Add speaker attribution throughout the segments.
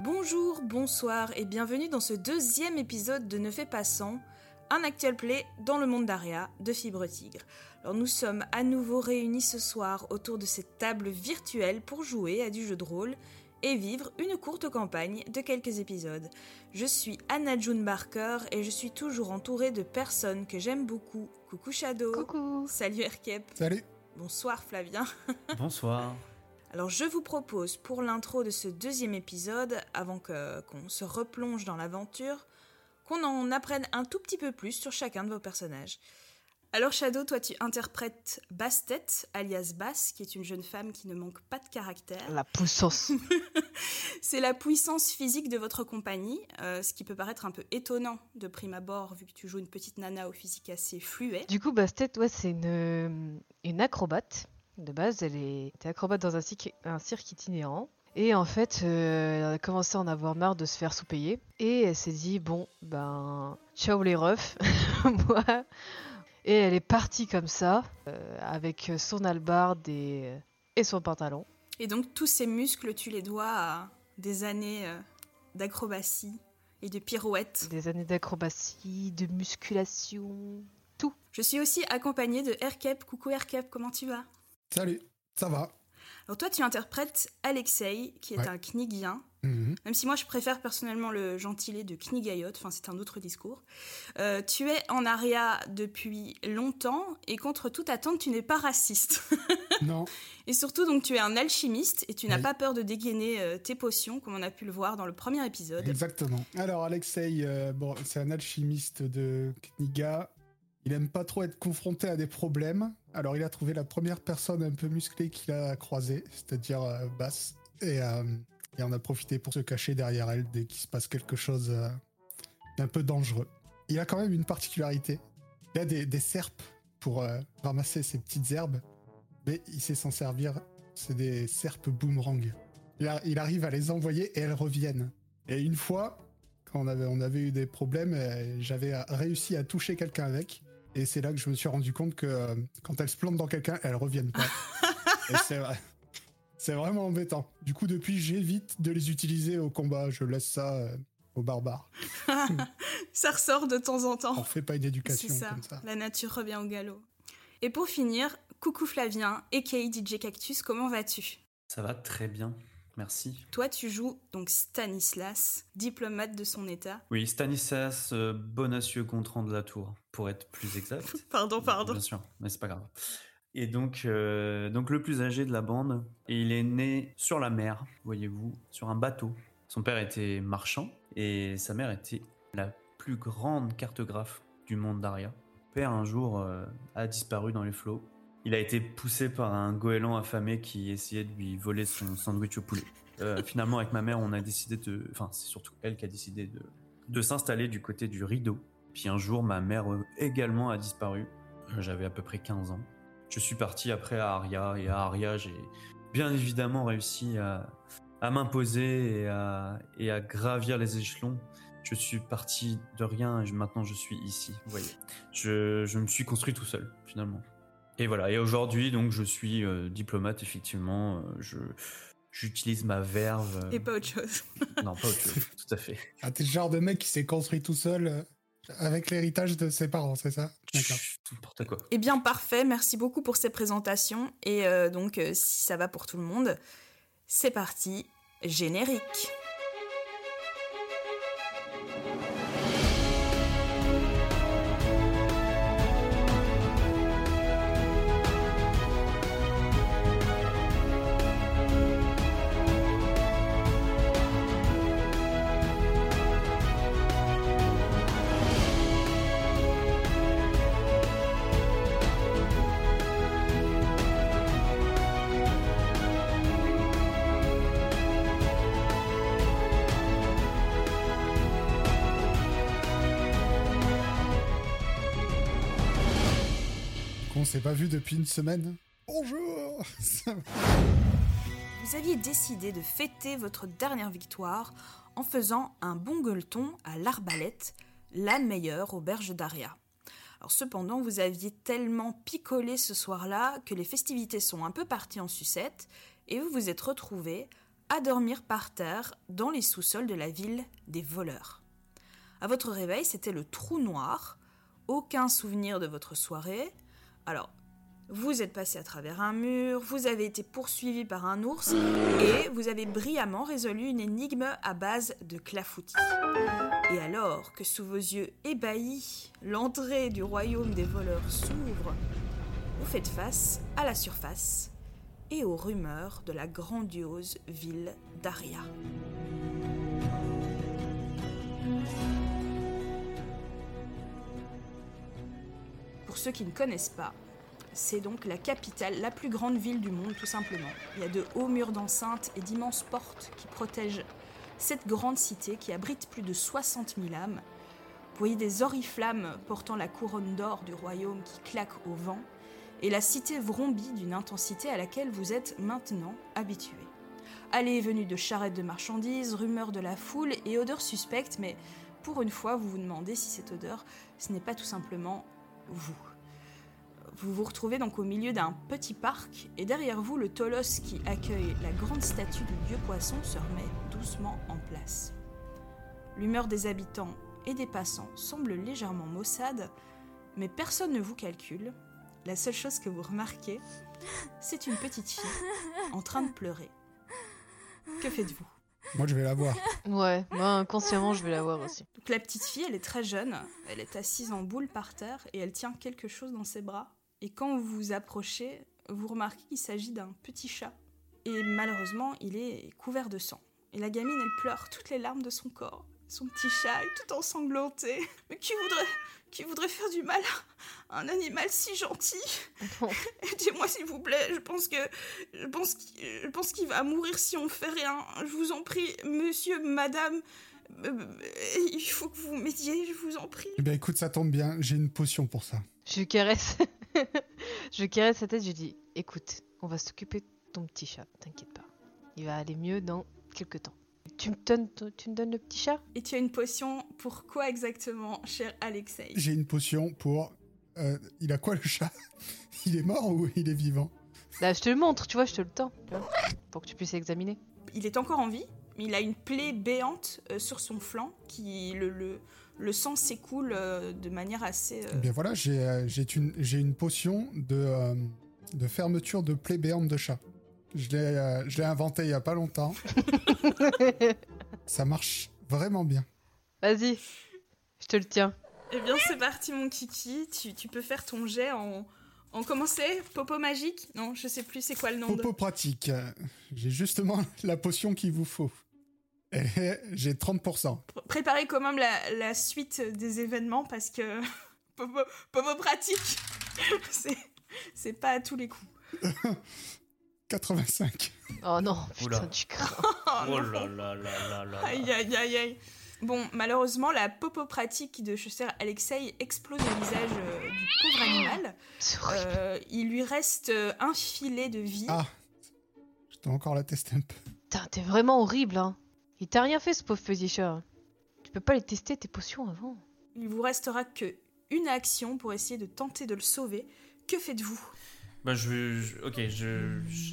Speaker 1: Bonjour, bonsoir et bienvenue dans ce deuxième épisode de Ne fait pas sans, un actuel play dans le monde d'Aria de Fibre Tigre. Alors nous sommes à nouveau réunis ce soir autour de cette table virtuelle pour jouer à du jeu de rôle et vivre une courte campagne de quelques épisodes. Je suis Anna June Barker et je suis toujours entourée de personnes que j'aime beaucoup. Coucou Shadow.
Speaker 2: Coucou
Speaker 1: Salut Erkep.
Speaker 3: Salut
Speaker 1: Bonsoir Flavien.
Speaker 4: Bonsoir.
Speaker 1: Alors je vous propose pour l'intro de ce deuxième épisode, avant que- qu'on se replonge dans l'aventure, qu'on en apprenne un tout petit peu plus sur chacun de vos personnages. Alors Shadow, toi tu interprètes Bastet, alias Bass, qui est une jeune femme qui ne manque pas de caractère.
Speaker 2: La puissance
Speaker 1: C'est la puissance physique de votre compagnie, euh, ce qui peut paraître un peu étonnant de prime abord vu que tu joues une petite nana au physique assez fluet.
Speaker 2: Du coup, Bastet, ouais, c'est une, euh, une acrobate. De base, elle est était acrobate dans un cirque, un cirque itinérant. Et en fait, euh, elle a commencé à en avoir marre de se faire sous-payer. Et elle s'est dit, bon, ben, ciao les refs, moi. Et elle est partie comme ça, euh, avec son albarde et, et son pantalon.
Speaker 1: Et donc tous ces muscles, tu les dois à des années euh, d'acrobatie et de pirouettes.
Speaker 2: Des années d'acrobatie, de musculation.
Speaker 1: Je suis aussi accompagnée de Erkep. Coucou Erkep, comment tu vas
Speaker 3: Salut Ça va
Speaker 1: Alors toi, tu interprètes Alexei, qui est
Speaker 3: Ouais.
Speaker 1: un Knigien.
Speaker 3: Mhm.
Speaker 1: Même si moi, je préfère personnellement le gentilé de Knigayot, enfin c'est un autre discours. Euh, tu es en aria depuis longtemps et contre toute attente, tu n'es pas raciste.
Speaker 3: Non,
Speaker 1: et surtout, donc, tu es un alchimiste et tu n'as
Speaker 3: Oui.
Speaker 1: pas peur de dégainer euh, tes potions, comme on a pu le voir dans le premier épisode.
Speaker 3: exactement. Alors, Alexei, euh, bon, c'est un alchimiste de Kniga. Il aime pas trop être confronté à des problèmes. Alors, il a trouvé la première personne un peu musclée qu'il a croisée, c'est-à-dire euh, Bass. Et, euh, il en a profité pour se cacher derrière elle dès qu'il se passe quelque chose euh, d'un peu dangereux. Il a quand même une particularité. Il a des, des serpes pour euh, ramasser ses petites herbes, mais il sait s'en servir. C'est des serpes boomerang. Il, a- il arrive à les envoyer et elles reviennent. Et une fois, quand on avait, on avait eu des problèmes, euh, j'avais euh, réussi à toucher quelqu'un avec. Et c'est là que je me suis rendu compte que euh, quand elles se plantent dans quelqu'un, elles reviennent pas. et c'est vrai. C'est vraiment embêtant. Du coup, depuis, j'évite de les utiliser au combat. Je laisse ça euh, aux barbares.
Speaker 1: Ça ressort de temps en temps.
Speaker 3: On fait pas une
Speaker 1: Oh, C'est
Speaker 3: éducation
Speaker 1: ça.
Speaker 3: comme ça.
Speaker 1: La nature revient au galop. Et pour finir, coucou Flavien, aka DJ Cactus, comment vas-tu
Speaker 4: Ça va très bien. Merci.
Speaker 1: Toi, tu joues donc Stanislas, diplomate de son état.
Speaker 4: Oui, Stanislas euh, Bonacieux Gontran de la Tour, pour être plus exact.
Speaker 1: Pardon, pardon.
Speaker 4: Bien sûr, mais c'est pas grave. Et donc, euh, donc le plus âgé de la bande, et il est né sur la mer, voyez-vous, sur un bateau. Son père était marchand et sa mère était la plus grande cartographe du monde d'Aria. Son Père un jour euh, a disparu dans les flots. Il a été poussé par un goéland affamé qui essayait de lui voler son sandwich au poulet. Euh, finalement, avec ma mère, on a décidé de, enfin, c'est surtout elle qui a décidé de, de s'installer du côté du rideau. Puis un jour, ma mère euh, également a disparu. Euh, J'avais à peu près 15 ans. Je suis parti après à Aria, et à Aria, j'ai bien évidemment réussi à, à m'imposer et à, et à gravir les échelons. Je suis parti de rien, et je- maintenant je suis ici, vous voyez. Je, je me suis construit tout seul, finalement. Et voilà, et aujourd'hui, donc, je suis euh, diplomate, effectivement. euh, je J'utilise ma verve. euh,
Speaker 1: Et pas autre chose.
Speaker 4: Non, pas autre chose, tout à fait.
Speaker 3: Ah, t'es le genre de mec qui s'est construit tout seul euh, avec l'héritage de ses parents, c'est ça D'accord.
Speaker 4: Chut, N'importe quoi.
Speaker 1: Eh bien, parfait. Merci beaucoup pour ces présentations. Et euh, donc, euh, si ça va pour tout le monde, c'est parti. Générique.
Speaker 3: On s'est pas vu depuis une semaine. Bonjour Ça va
Speaker 1: Vous aviez décidé de fêter votre dernière victoire en faisant un bon gueuleton à l'arbalète, la meilleure auberge d'Aria. Alors cependant, vous aviez tellement picolé ce soir-là que les festivités sont un peu parties en sucette et vous vous êtes retrouvés à dormir par terre dans les sous-sols de la ville des voleurs. À votre réveil, c'était le trou noir, aucun souvenir de votre soirée. Alors, vous êtes passé à travers un mur, vous avez été poursuivi par un ours et vous avez brillamment résolu une énigme à base de clafoutis. Et alors que sous vos yeux ébahis, l'entrée du royaume des voleurs s'ouvre, vous faites face à la surface et aux rumeurs de la grandiose ville d'Aria. Pour ceux qui ne connaissent pas, c'est donc la capitale, la plus grande ville du monde tout simplement. Il y a de hauts murs d'enceinte et d'immenses portes qui protègent cette grande cité qui abrite plus de 60 000 âmes. Vous voyez des oriflammes portant la couronne d'or du royaume qui claque au vent, et la cité vrombie d'une intensité à laquelle vous êtes maintenant habitué. Allée et venue de charrettes de marchandises, rumeurs de la foule et odeurs suspectes, mais pour une fois, vous vous demandez si cette odeur, ce n'est pas tout simplement vous. Vous vous retrouvez donc au milieu d'un petit parc, et derrière vous, le tolos qui accueille la grande statue du dieu poisson se remet doucement en place. L'humeur des habitants et des passants semble légèrement maussade, mais personne ne vous calcule. La seule chose que vous remarquez, c'est une petite fille en train de pleurer. Que faites-vous
Speaker 3: Moi, je vais la voir.
Speaker 2: Ouais, moi inconsciemment je vais l'avoir aussi.
Speaker 1: Donc la petite fille, elle est très jeune, elle est assise en boule par terre et elle tient quelque chose dans ses bras. Et quand vous vous approchez, vous remarquez qu'il s'agit d'un petit chat. Et malheureusement, il est couvert de sang. Et la gamine, elle pleure toutes les larmes de son corps. Son petit chat est tout ensanglanté. Mais qui voudrait, qui voudrait faire du mal à un animal si gentil Aidez-moi s'il vous plaît, je pense que je pense qu'il je pense qu'il va mourir si on fait rien. Je vous en prie, monsieur, madame, euh, euh, il faut que vous m'aidiez, je vous en prie.
Speaker 3: Eh bien, écoute, ça tombe bien, j'ai une potion pour ça.
Speaker 2: Je lui caresse. je lui caresse sa tête, je lui dis écoute, on va s'occuper de ton petit chat, t'inquiète pas. Il va aller mieux dans quelques temps. Tu me donnes, tu me donnes le petit chat
Speaker 1: Et tu as une potion pour quoi exactement, cher Alexei
Speaker 3: J'ai une potion pour. euh, il a quoi le chat Il est mort ou il est vivant
Speaker 2: Là, Bah, je te le montre, tu vois, je te le tends. tu vois, pour que tu puisses examiner.
Speaker 1: Il est encore en vie, mais il a une plaie béante euh, sur son flanc qui le, le, le sang s'écoule euh, de manière assez. euh,
Speaker 3: Eh bien voilà, j'ai euh, j'ai une, j'ai une potion de, euh, de fermeture de plaie béante de chat. Je l'ai euh, je l'ai inventée il y a pas longtemps. ça marche vraiment bien.
Speaker 2: Vas-y, je te le tiens.
Speaker 1: Eh bien, c'est parti, mon kiki. Tu, tu peux faire ton jet en. En comment c'est Popo magique Non, je sais plus c'est quoi le nom de.
Speaker 3: Popo pratique. euh, J'ai justement la potion qu'il vous faut. Et J'ai 30%.
Speaker 1: Pr- Préparez quand même la, la suite des événements parce que. Popo, Popo pratique C'est- C'est pas à tous les coups.
Speaker 3: 85.
Speaker 2: Oh non, putain,
Speaker 4: Oula.
Speaker 2: tu crains.
Speaker 1: Oh,
Speaker 4: Oh
Speaker 1: non.
Speaker 4: là là là là là.
Speaker 1: Aïe aïe aïe aïe. Bon, malheureusement, la popo pratique de Chester Alexei explose le visage euh, du pauvre animal.
Speaker 2: C'est horrible.
Speaker 1: Euh, il lui reste euh, un filet de vie.
Speaker 3: Ah Je dois encore la tester un peu.
Speaker 2: Putain, t'es vraiment horrible, hein. Il t'a rien fait, ce pauvre petit chat. Tu peux pas les tester, tes potions, avant.
Speaker 1: Il vous restera que une action pour essayer de tenter de le sauver. Que faites-vous
Speaker 4: Bah, je, vais- je- Ok, je. je-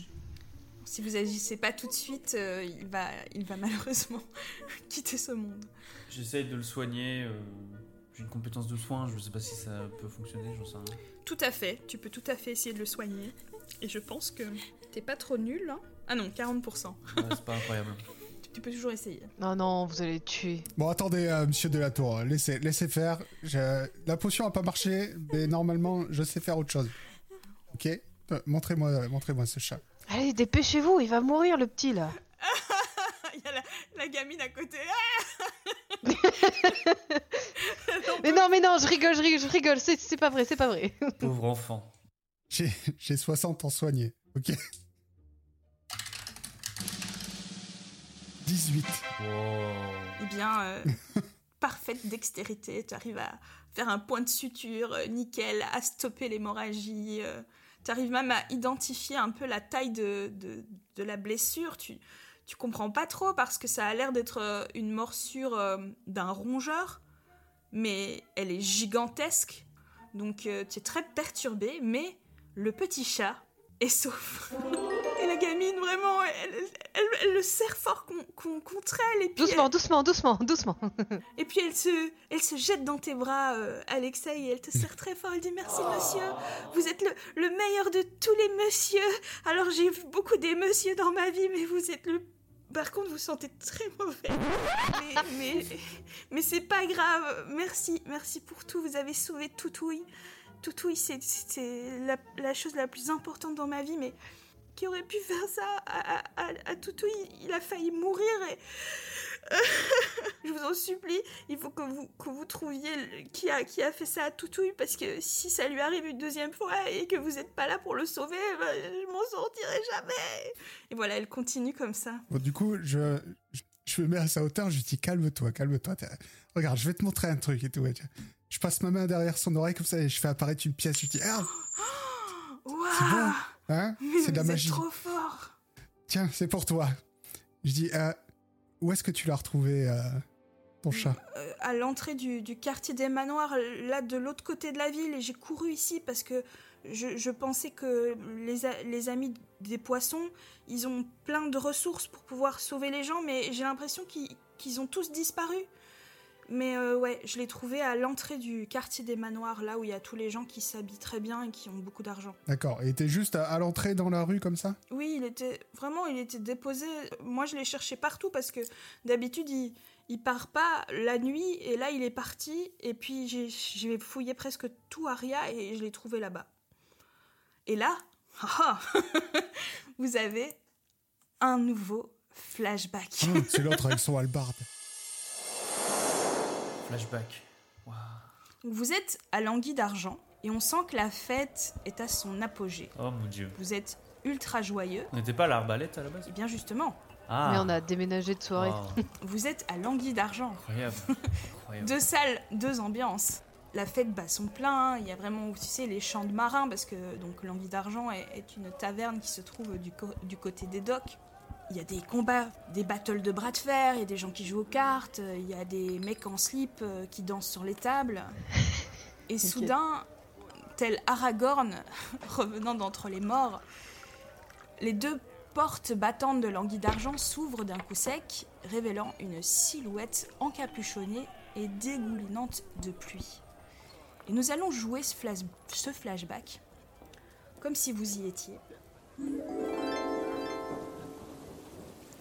Speaker 1: Si vous agissez pas tout de suite, euh, il va, il va malheureusement quitter ce monde.
Speaker 4: J'essaye de le soigner. euh, J'ai une compétence de soin, je sais pas si ça peut fonctionner, j'en sais rien.
Speaker 1: Tout à fait. Tu peux tout à fait essayer de le soigner. Et je pense que t'es pas trop nul. hein. ah non, 40%.
Speaker 4: Ouais, c'est pas incroyable.
Speaker 1: Tu- Tu peux toujours essayer.
Speaker 2: Non, non, vous allez le tuer.
Speaker 3: Bon, attendez, euh, monsieur Delatour, laissez, laissez faire. Je- La potion a pas marché, mais normalement, je sais faire autre chose. Ok Euh, Montrez-moi montrez ce chat.
Speaker 2: Allez, dépêchez-vous, il va mourir, le petit, là.
Speaker 1: Il y a la, la gamine à côté. Ah
Speaker 2: Mais non, mais non, je rigole, je rigole, je rigole. C'est, c'est pas vrai, c'est pas vrai.
Speaker 4: Pauvre enfant.
Speaker 3: J'ai j'ai 60 en soigné. Ok 18.
Speaker 4: Wow.
Speaker 1: Eh bien, euh, parfaite dextérité. Tu arrives à faire un point de suture, euh, nickel, à stopper l'hémorragie. euh, tu arrives même à identifier un peu la taille de, de, de la blessure. Tu, tu comprends pas trop parce que ça a l'air d'être euh, une morsure euh, d'un rongeur, mais elle est gigantesque. Donc, euh, tu es très perturbé, mais le petit chat est sauf. Et la la gamine, vraiment, elle, elle- elle- elle le serre fort con- con- contre elle. Et puis,
Speaker 2: Doucement, doucement, doucement, doucement.
Speaker 1: elle, et puis elle, se, elle se jette dans tes bras, euh, Alexei, et elle te serre très fort. Elle dit Merci, monsieur, vous êtes le, le meilleur de tous les messieurs. Alors, j'ai vu beaucoup des messieurs dans ma vie, mais vous êtes le. Par contre, vous sentez très mauvais. Mais, mais, mais c'est pas grave. Merci, merci pour tout. Vous avez sauvé Toutouille. Toutouille, c'est c'est la, la chose la plus importante dans ma vie, mais qui aurait pu faire ça à, à- à- à Toutouille Il a failli mourir et. Je vous en supplie, il faut que vous, que vous trouviez le- qui, a, qui a fait ça à Toutouille, parce que si ça lui arrive une deuxième fois et que vous n'êtes pas là pour le sauver, ben, je m'en sortirai jamais Et voilà, elle continue comme ça.
Speaker 3: Bon, du coup, je, je, je me mets à sa hauteur, je lui dis calme-toi, calme-toi. t'es- Regarde, je vais te montrer un truc et tout. et je- Je passe ma main derrière son oreille comme ça et je fais apparaître une pièce. Je lui dis, ah,
Speaker 1: Waouh
Speaker 3: hein,
Speaker 1: Mais
Speaker 3: c'est de la
Speaker 1: vous
Speaker 3: magie.
Speaker 1: êtes trop fort
Speaker 3: Tiens, c'est pour toi. Je dis, Euh, où est-ce que tu l'as retrouvé, euh, ton chat
Speaker 1: Euh, à l'entrée du, du quartier des manoirs, là de l'autre côté de la ville, et j'ai couru ici parce que je, je pensais que les, a- les amis des poissons, ils ont plein de ressources pour pouvoir sauver les gens, mais j'ai l'impression qu'ils qu'ils ont tous disparu. Mais euh, ouais, je l'ai trouvé à l'entrée du quartier des manoirs, là où il y a tous les gens qui s'habillent très bien et qui ont beaucoup d'argent.
Speaker 3: D'accord, il était juste à, à l'entrée dans la rue comme ça
Speaker 1: Oui, il était vraiment, il était déposé. Moi, je l'ai cherché partout parce que d'habitude, il, il part pas la nuit et là, il est parti. Et puis, j'ai- j'ai fouillé presque tout Aria et je l'ai trouvé là-bas. Et là, ah ah, vous avez un nouveau flashback.
Speaker 3: Hum, C'est l'autre avec son halbarde.
Speaker 4: Flashback. Waouh.
Speaker 1: Vous êtes à l'anguille d'argent et on sent que la fête est à son apogée.
Speaker 4: Oh mon dieu.
Speaker 1: Vous êtes ultra joyeux.
Speaker 4: On n'était pas à l'arbalète à la base
Speaker 1: Et bien justement,
Speaker 4: Ah.
Speaker 2: Mais on a déménagé de soirée.
Speaker 4: Waouh,
Speaker 1: vous êtes à l'anguille d'argent.
Speaker 4: incroyable. incroyable.
Speaker 1: Deux salles, deux ambiances. La fête bat son plein, hein. il y a vraiment, tu sais, les champs de marins, parce que donc l'Anguille d'Argent est, est une taverne qui se trouve du, co- du côté des docks. Il y a des combats, des battles de bras de fer, il y a des gens qui jouent aux cartes, euh, il y a des mecs en slip euh, qui dansent sur les tables. Et soudain, tel Aragorn, revenant d'entre les morts, les deux portes battantes de l'anguille d'argent s'ouvrent d'un coup sec, révélant une silhouette encapuchonnée et dégoulinante de pluie. Et nous allons jouer ce, flas- ce flashback comme si vous y étiez.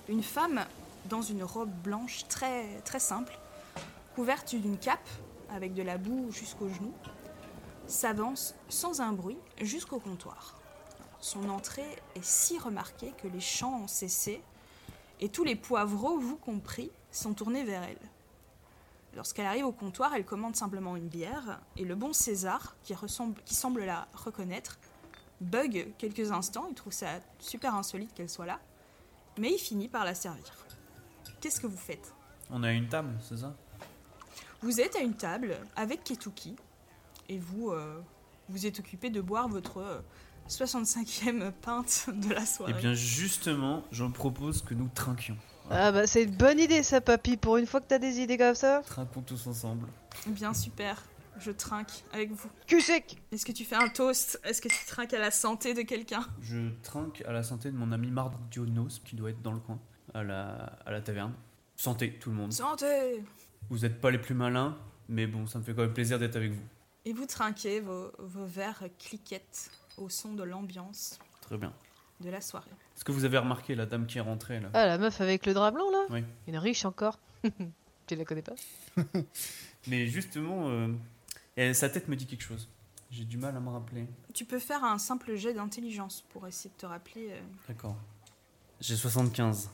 Speaker 1: Une femme dans une robe blanche très, très simple, couverte d'une cape avec de la boue jusqu'aux genoux, s'avance sans un bruit jusqu'au comptoir. Son entrée est si remarquée que les chants ont cessé et tous les poivreaux, vous compris, sont tournés vers elle. Lorsqu'elle arrive au comptoir, elle commande simplement une bière et le bon César, qui, ressemble, qui semble la reconnaître, bug quelques instants, il trouve ça super insolite qu'elle soit là, mais il finit par la servir. Qu'est-ce que vous faites
Speaker 4: On a une table, c'est ça
Speaker 1: Vous êtes à une table avec Ketuki et vous euh, vous êtes occupé de boire votre euh, 65e pinte de la
Speaker 4: Eh
Speaker 1: soirée.
Speaker 4: bien justement, je propose que nous trinquions.
Speaker 2: Ah bah c'est une bonne idée ça papy, pour une fois que t'as des idées comme ça.
Speaker 4: Trinquons tous ensemble.
Speaker 1: Bien, super, je trinque avec vous.
Speaker 2: Cul sec
Speaker 1: Est-ce que tu fais un toast Est-ce que tu trinques à la santé de quelqu'un
Speaker 4: Je trinque à la santé de mon ami Mardionos, qui doit être dans le coin, à la, à la taverne. Santé, tout le monde.
Speaker 1: Santé
Speaker 4: Vous n'êtes pas les plus malins, mais bon, ça me fait quand même plaisir d'être avec vous.
Speaker 1: Et vous trinquez, vos, vos verres cliquettent au son de l'ambiance
Speaker 4: Très bien.
Speaker 1: de la soirée.
Speaker 4: Est-ce que vous avez remarqué la dame qui est rentrée là
Speaker 2: Ah la meuf avec le drap blanc là
Speaker 4: Oui.
Speaker 2: Une riche encore. tu la connais pas
Speaker 4: Mais justement, euh, elle- sa tête me dit quelque chose. J'ai du mal à me rappeler.
Speaker 1: Tu peux faire un simple jet d'intelligence pour essayer de te rappeler. euh.
Speaker 4: D'accord. J'ai 75.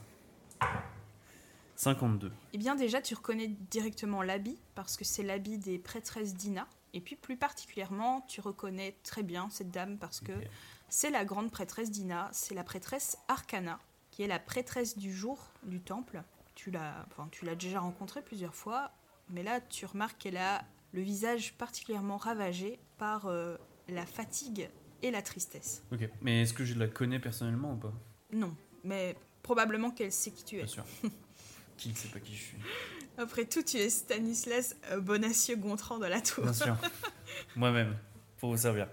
Speaker 4: 52.
Speaker 1: Eh bien, déjà, tu reconnais directement l'habit, parce que c'est l'habit des prêtresses d'Ina. Et puis, plus particulièrement, tu reconnais très bien cette dame, parce que
Speaker 4: Ok.
Speaker 1: c'est la grande prêtresse d'Ina, c'est la prêtresse Arcana, qui est la prêtresse du jour du temple. Tu l'as enfin, tu l'as déjà rencontrée plusieurs fois, mais là, tu remarques qu'elle a le visage particulièrement ravagé par euh, la fatigue et la tristesse.
Speaker 4: Ok. Mais est-ce que je la connais personnellement ou pas
Speaker 1: Non, mais probablement qu'elle sait qui tu es.
Speaker 4: Bien sûr. qui ne sait pas qui je suis
Speaker 1: Après tout, tu es Stanislas euh, Bonacieux-Gontran de la Tour.
Speaker 4: Bien sûr. Moi-même. Pour vous servir.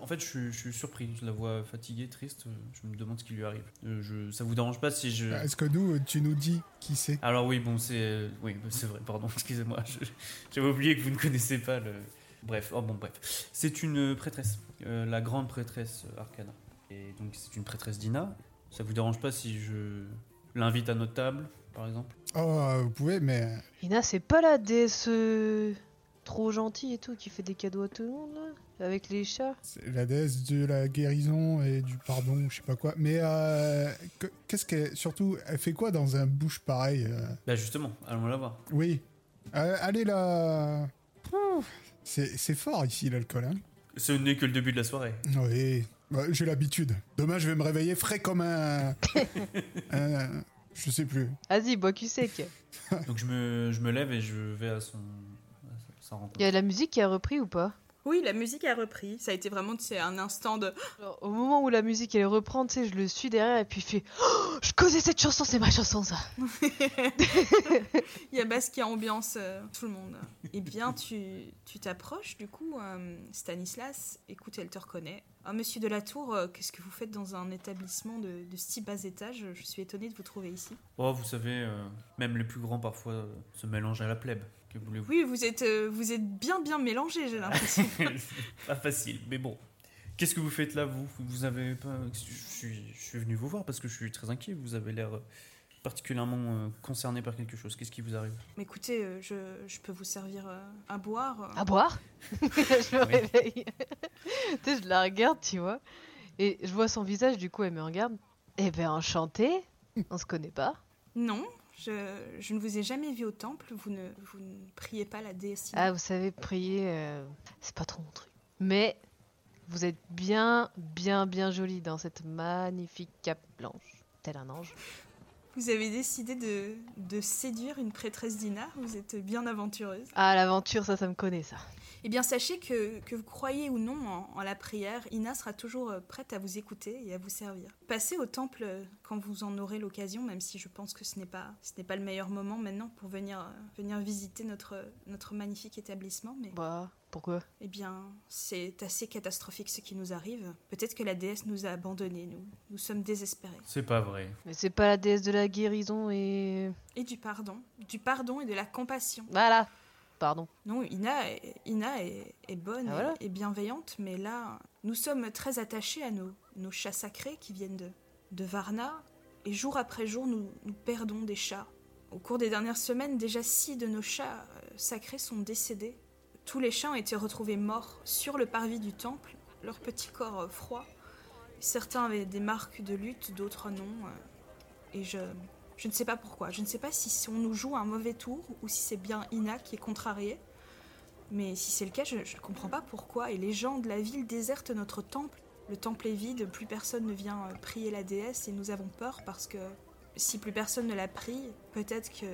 Speaker 4: En fait, je, suis- je suis surpris. Je la vois fatiguée, triste. Je me demande ce qui lui arrive. Euh, je- ça vous dérange pas si je.
Speaker 3: Euh, Est-ce que nous, tu nous dis qui c'est
Speaker 4: Alors, oui, bon, c'est. euh, Oui, c'est vrai, pardon, excusez-moi. Je- J'avais oublié que vous ne connaissez pas le. Bref, oh bon, bref. C'est une prêtresse, euh, la grande prêtresse euh, Arcana. Et donc, c'est une prêtresse d'Ina. Ça vous dérange pas si je l'invite à notre table, par exemple
Speaker 3: Oh, euh, vous pouvez, mais
Speaker 2: Ina, c'est pas la déesse euh, trop gentille et tout qui fait des cadeaux à tout le monde là Avec les chats
Speaker 3: c'est la déesse de la guérison et du pardon, ou je sais pas quoi. Mais euh, que- qu'est-ce qu'elle. Surtout, elle fait quoi dans un bouche pareil euh
Speaker 4: Bah, justement, allons la voir.
Speaker 3: Oui. Euh, allez là. Pouf. C'est c'est fort ici l'alcool. Hein
Speaker 4: Ce n'est que le début de la soirée.
Speaker 3: oui. Bah, J'ai l'habitude. Demain, je vais me réveiller frais comme un. un- Je sais plus.
Speaker 2: Vas-y, bois cul sec
Speaker 4: Donc, je me, je me lève et je vais à son. à sa- sa rencontre.
Speaker 2: Y a la musique qui a repris ou pas
Speaker 1: Oui, la musique a repris. Ça a été vraiment tu sais, un instant de.
Speaker 2: Genre, Au moment où la musique elle reprend, tu sais, je le suis derrière et puis je fais Oh, Je connais cette chanson, c'est ma chanson ça
Speaker 1: Il y a Basse qui ambiance euh, tout le monde. Eh bien, tu tu t'approches du coup, euh, Stanislas. Écoute, elle te reconnaît. Ah, monsieur de la Tour, euh, qu'est-ce que vous faites dans un établissement de, de si bas étage Je suis étonnée de vous trouver ici.
Speaker 4: Oh, vous savez, euh, même les plus grands parfois euh, se mélangent à la plèbe. Que voulez-vous
Speaker 1: Oui, vous êtes, euh, vous êtes bien bien mélangés, j'ai l'impression.
Speaker 4: C'est Pas facile, mais bon. Qu'est-ce que vous faites là, vous Vous avez pas. Je suis, je suis venu vous voir parce que je suis très inquiet. Vous avez l'air euh, particulièrement euh, concerné par quelque chose. Qu'est-ce qui vous arrive
Speaker 1: Mais écoutez, euh, je, je peux vous servir euh, à boire.
Speaker 2: À boire Je me
Speaker 4: Oui.
Speaker 2: réveille. tu sais, je la regarde, tu vois. Et je vois son visage, du coup, elle me regarde. Eh ben, enchantée On se connaît pas
Speaker 1: Non, je, je ne vous ai jamais vu au temple. Vous ne, vous ne priez pas la déesse.
Speaker 2: Ah, vous savez, prier, euh, c'est pas trop mon truc. Mais vous êtes bien, bien, bien jolie dans cette magnifique cape blanche. Tel un ange.
Speaker 1: Vous avez décidé de, de séduire une prêtresse d'Ina, vous êtes bien aventureuse.
Speaker 2: Ah, l'aventure, ça, ça me connaît, ça.
Speaker 1: Eh bien, sachez que, que vous croyez ou non en, en la prière, Ina sera toujours euh, prête à vous écouter et à vous servir. Passez au temple euh, quand vous en aurez l'occasion, même si je pense que ce n'est pas, ce n'est pas le meilleur moment maintenant pour venir, euh, venir visiter notre, notre magnifique établissement. Mais
Speaker 2: Bah, pourquoi
Speaker 1: eh bien, c'est assez catastrophique ce qui nous arrive. Peut-être que la déesse nous a abandonnés, nous. Nous sommes désespérés.
Speaker 4: C'est pas vrai.
Speaker 2: Mais c'est pas la déesse de la guérison et.
Speaker 1: Et du pardon. Du pardon et de la compassion.
Speaker 2: Voilà Pardon.
Speaker 1: Non, Ina est, Ina est, est bonne
Speaker 2: Ah, voilà.
Speaker 1: et, et bienveillante, mais là, nous sommes très attachés à nos, nos chats sacrés qui viennent de, de Varna, et jour après jour, nous, nous perdons des chats. Au cours des dernières semaines, déjà six de nos chats euh, sacrés sont décédés. Tous les chats ont été retrouvés morts sur le parvis du temple, leur petit corps euh, froid. Certains avaient des marques de lutte, d'autres non. euh, et je, je ne sais pas pourquoi. Je ne sais pas si on nous joue un mauvais tour ou si c'est bien Ina qui est contrariée. Mais si c'est le cas, je ne comprends pas pourquoi. Et les gens de la ville désertent notre temple. Le temple est vide, plus personne ne vient euh, prier la déesse et nous avons peur parce que si plus personne ne la prie, peut-être que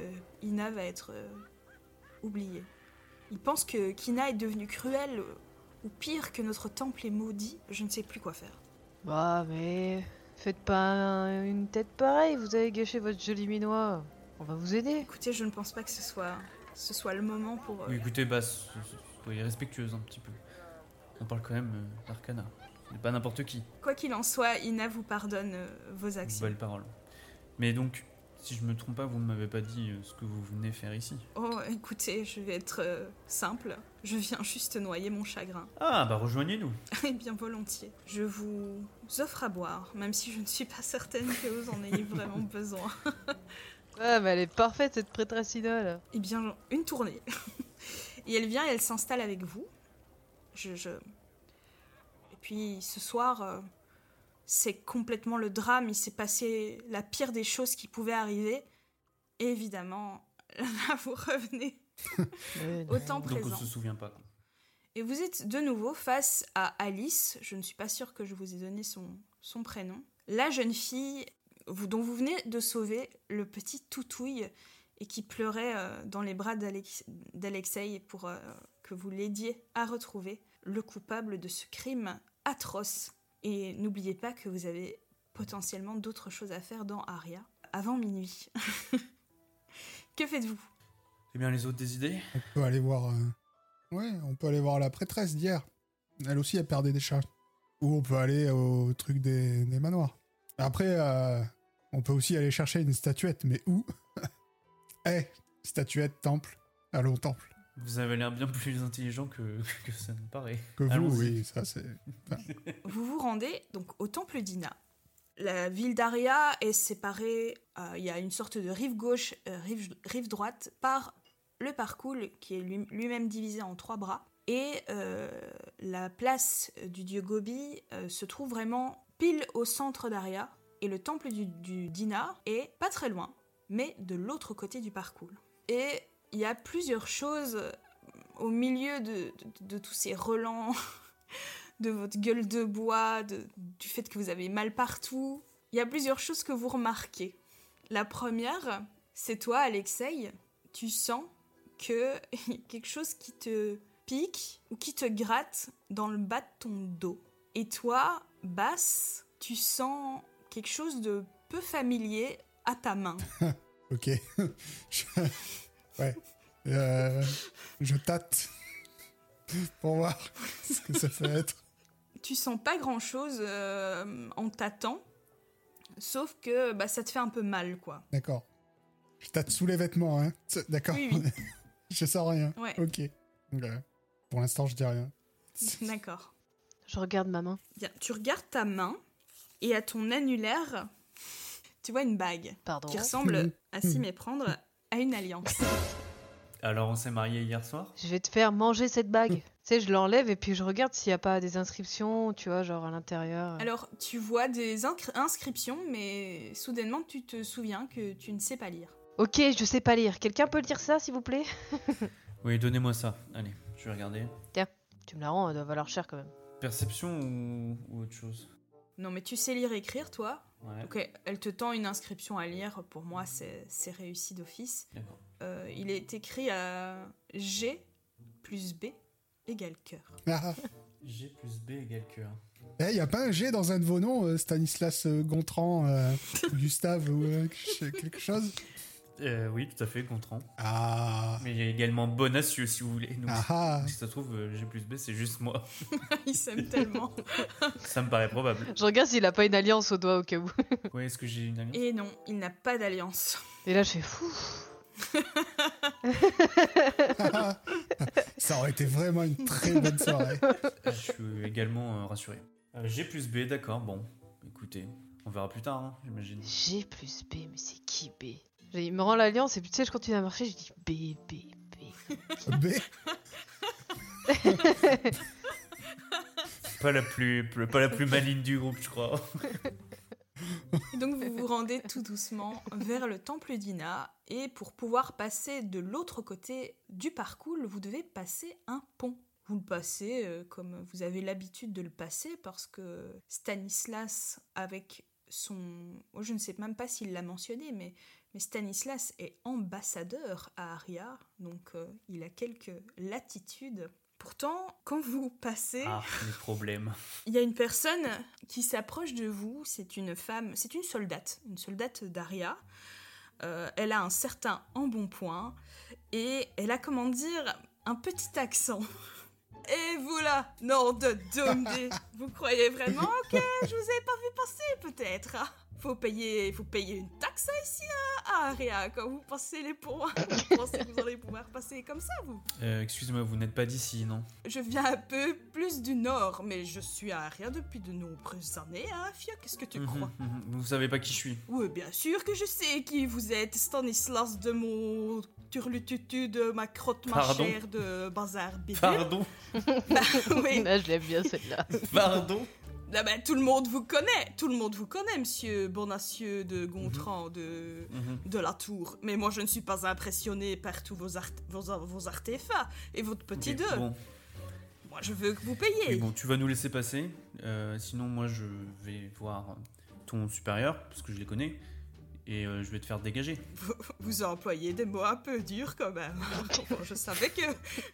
Speaker 1: Ina va être euh, oubliée. Ils pensent que qu'Ina est devenue cruelle euh, ou pire que notre temple est maudit. Je ne sais plus quoi faire.
Speaker 2: Bah, mais. Faites pas un- une tête pareille, vous avez gâché votre joli minois. On va vous aider.
Speaker 1: Écoutez, je ne pense pas que ce soit, ce soit le moment pour... euh,
Speaker 4: Oui, écoutez, bah, s- s- soyez respectueuse un petit peu. On parle quand même euh, d'Arcana. C'est pas n'importe qui.
Speaker 1: Quoi qu'il en soit, Ina vous pardonne euh, vos
Speaker 4: Une
Speaker 1: actions.
Speaker 4: belle parole. Mais donc, si je me trompe pas, vous ne m'avez pas dit euh, ce que vous venez faire ici.
Speaker 1: Oh, écoutez, je vais être euh, simple. Je viens juste noyer mon chagrin.
Speaker 4: Ah, bah rejoignez-nous.
Speaker 1: Et bien volontiers. Je vous offre à boire, même si je ne suis pas certaine que vous en ayez vraiment besoin.
Speaker 2: Ouais, mais elle est parfaite, cette prêtresse idole.
Speaker 1: Eh bien, une tournée. et elle vient et elle s'installe avec vous. Je, je- Et puis ce soir, euh, c'est complètement le drame. Il s'est passé la pire des choses qui pouvaient arriver. Et évidemment, là, vous revenez
Speaker 2: Euh, non.
Speaker 1: au temps
Speaker 4: Donc on
Speaker 1: présent.
Speaker 4: se souvient pas.
Speaker 1: Et vous êtes de nouveau face à Alice, je ne suis pas sûre que je vous ai donné son, son prénom, la jeune fille vous- dont vous venez de sauver le petit toutouille et qui pleurait euh, dans les bras d'Alex- d'Alexei pour euh, que vous l'aidiez à retrouver le coupable de ce crime atroce. Et n'oubliez pas que vous avez potentiellement d'autres choses à faire dans Aria avant minuit. que faites-vous
Speaker 4: Eh bien, les autres des idées
Speaker 3: On peut aller voir. euh, Ouais, on peut aller voir la prêtresse d'hier. Elle aussi, elle perdait des chats. Ou on peut aller au truc des, des manoirs. Après, euh, on peut aussi aller chercher une statuette, mais où Eh, statuette, temple, allons temple.
Speaker 4: Vous avez l'air bien plus intelligent que, que ça me paraît.
Speaker 3: Que vous,
Speaker 4: Allons-y.
Speaker 3: oui, ça c'est.
Speaker 1: Vous vous rendez donc au temple d'Ina. La ville d'Aria est séparée, euh, il y a une sorte de rive gauche, euh, rive, rive droite, par le parcours qui est lui- lui-même divisé en trois bras. Et euh, la place du dieu Gobi euh, se trouve vraiment pile au centre d'Aria. Et le temple du, du Dina est pas très loin, mais de l'autre côté du parcours. Et il y a plusieurs choses au milieu de- de- de tous ces relents de votre gueule de bois, de- du fait que vous avez mal partout. Il y a plusieurs choses que vous remarquez. La première, c'est toi, Alexei. Tu sens que il y a quelque chose qui te pique ou qui te gratte dans le bas de ton dos. Et toi, Basse, tu sens quelque chose de peu familier à ta main.
Speaker 3: Ok. Je- Ouais. Euh, je tâte pour voir ce que ça fait être.
Speaker 1: tu sens pas grand chose en t'attendant, sauf que bah, ça te fait un peu mal, quoi.
Speaker 3: D'accord. Je tâte sous les vêtements, hein. C'est- D'accord.
Speaker 1: Oui, oui.
Speaker 3: je sens rien.
Speaker 1: Ouais,
Speaker 3: Ok. Ouais. Pour l'instant, je dis rien.
Speaker 1: d'accord.
Speaker 2: Je regarde ma main.
Speaker 1: Bien, tu regardes ta main et à ton annulaire, tu vois une bague
Speaker 2: Pardon.
Speaker 1: qui ressemble, à s'y
Speaker 3: Mmh.
Speaker 1: méprendre, à une alliance.
Speaker 4: Alors, on s'est marié hier soir
Speaker 2: Je vais te faire manger cette bague. tu sais, je l'enlève et puis je regarde s'il n'y a pas des inscriptions, tu vois, genre à l'intérieur.
Speaker 1: Alors, tu vois des incr- inscriptions, mais soudainement, tu te souviens que tu ne sais pas lire.
Speaker 2: Ok, je sais pas lire. Quelqu'un peut lire ça, s'il vous plaît
Speaker 4: Oui, donnez-moi ça. Allez, je vais regarder.
Speaker 2: Tu me la rends, elle doit valoir cher quand même.
Speaker 4: Perception ou, ou autre chose
Speaker 1: Non, mais tu sais lire et écrire, toi
Speaker 4: Ouais,
Speaker 1: Ok, elle te tend une inscription à lire. Pour moi, c'est c'est réussi d'office.
Speaker 4: d'accord.
Speaker 1: Euh, il est écrit à G plus B égale cœur.
Speaker 3: Ah,
Speaker 4: G plus B égale cœur.
Speaker 3: Eh, y a pas un G dans un de vos noms, euh, Stanislas euh, Gontran, euh, Gustave ou euh, quelque quelque chose
Speaker 4: Euh, oui, tout à fait, Gontran.
Speaker 3: Ah.
Speaker 4: Mais il y a également Bonacieux, si vous voulez. Donc,
Speaker 3: Ah ah.
Speaker 4: si ça se trouve, euh, G plus B, c'est juste moi.
Speaker 1: Il s'aime tellement.
Speaker 4: Ça me paraît probable.
Speaker 2: Je regarde s'il a pas une alliance au doigt au cas où.
Speaker 4: Ouais, est-ce que j'ai une alliance
Speaker 1: Et non, il n'a pas d'alliance.
Speaker 2: Et là, je fais fou.
Speaker 3: ah. Ça aurait été vraiment une très bonne soirée.
Speaker 4: Je suis également euh, rassuré. Euh, G plus B, d'accord, bon. Écoutez, on verra plus tard, hein, j'imagine.
Speaker 2: G plus B, mais c'est qui B J'ai- Il me rend l'alliance et puis tu sais, je continue à marcher, je dis B, B, B.
Speaker 3: B.
Speaker 4: Pas la plus, pl- pas la plus maligne du groupe, je crois.
Speaker 1: Et Donc vous vous rendez tout doucement vers le temple d'Ina et pour pouvoir passer de l'autre côté du parcours, vous devez passer un pont. Vous le passez euh, comme vous avez l'habitude de le passer parce que Stanislas avec son oh, je ne sais même pas s'il l'a mentionné mais mais Stanislas est ambassadeur à Aria donc euh, il a quelques latitudes. Pourtant, quand vous passez
Speaker 4: Ah, les problèmes.
Speaker 1: il y a une personne qui s'approche de vous, c'est une femme, c'est une soldate, une soldate d'Aria. Euh, elle a un certain embonpoint et elle a, comment dire, un petit accent. Et vous là, nord de Dondé, vous croyez vraiment que je vous ai pas vu passer peut-être hein faut payer, faut payer une taxe ici hein, à Aria quand vous pensez les ponts. Vous pensez que vous allez pouvoir passer comme ça vous
Speaker 4: Euh, Excusez-moi, vous n'êtes pas d'ici, non
Speaker 1: je viens un peu plus du nord, mais je suis à rien depuis de nombreuses années, hein, Fia Qu'est-ce que tu
Speaker 4: Mhm,
Speaker 1: crois
Speaker 4: mhm. Vous savez pas qui je suis.
Speaker 1: Oui, bien sûr que je sais qui vous êtes, Stanislas de mon turlututu, de ma crotte ma
Speaker 4: Pardon
Speaker 1: chère, de bazar bidule.
Speaker 4: Pardon,
Speaker 1: oui,
Speaker 2: Là, Ah, je l'aime bien celle-là.
Speaker 4: pardon.
Speaker 1: Ah ben, tout le monde vous connaît, tout le monde vous connaît, monsieur Bonacieux de Gontran, de
Speaker 4: Mhm.
Speaker 1: de la tour. Mais moi, je ne suis pas impressionné par tous vos, art- vos, ar- vos artefacts et votre petit
Speaker 4: Ok,
Speaker 1: deux.
Speaker 4: Bon,
Speaker 1: Moi, je veux que vous
Speaker 4: Oui,
Speaker 1: payiez.
Speaker 4: bon, tu vas nous laisser passer. Euh, sinon, moi, je vais voir ton supérieur, parce que je les connais, et euh, je vais te faire dégager.
Speaker 1: Vous- Vous employez des mots un peu durs quand même. Bon, je savais que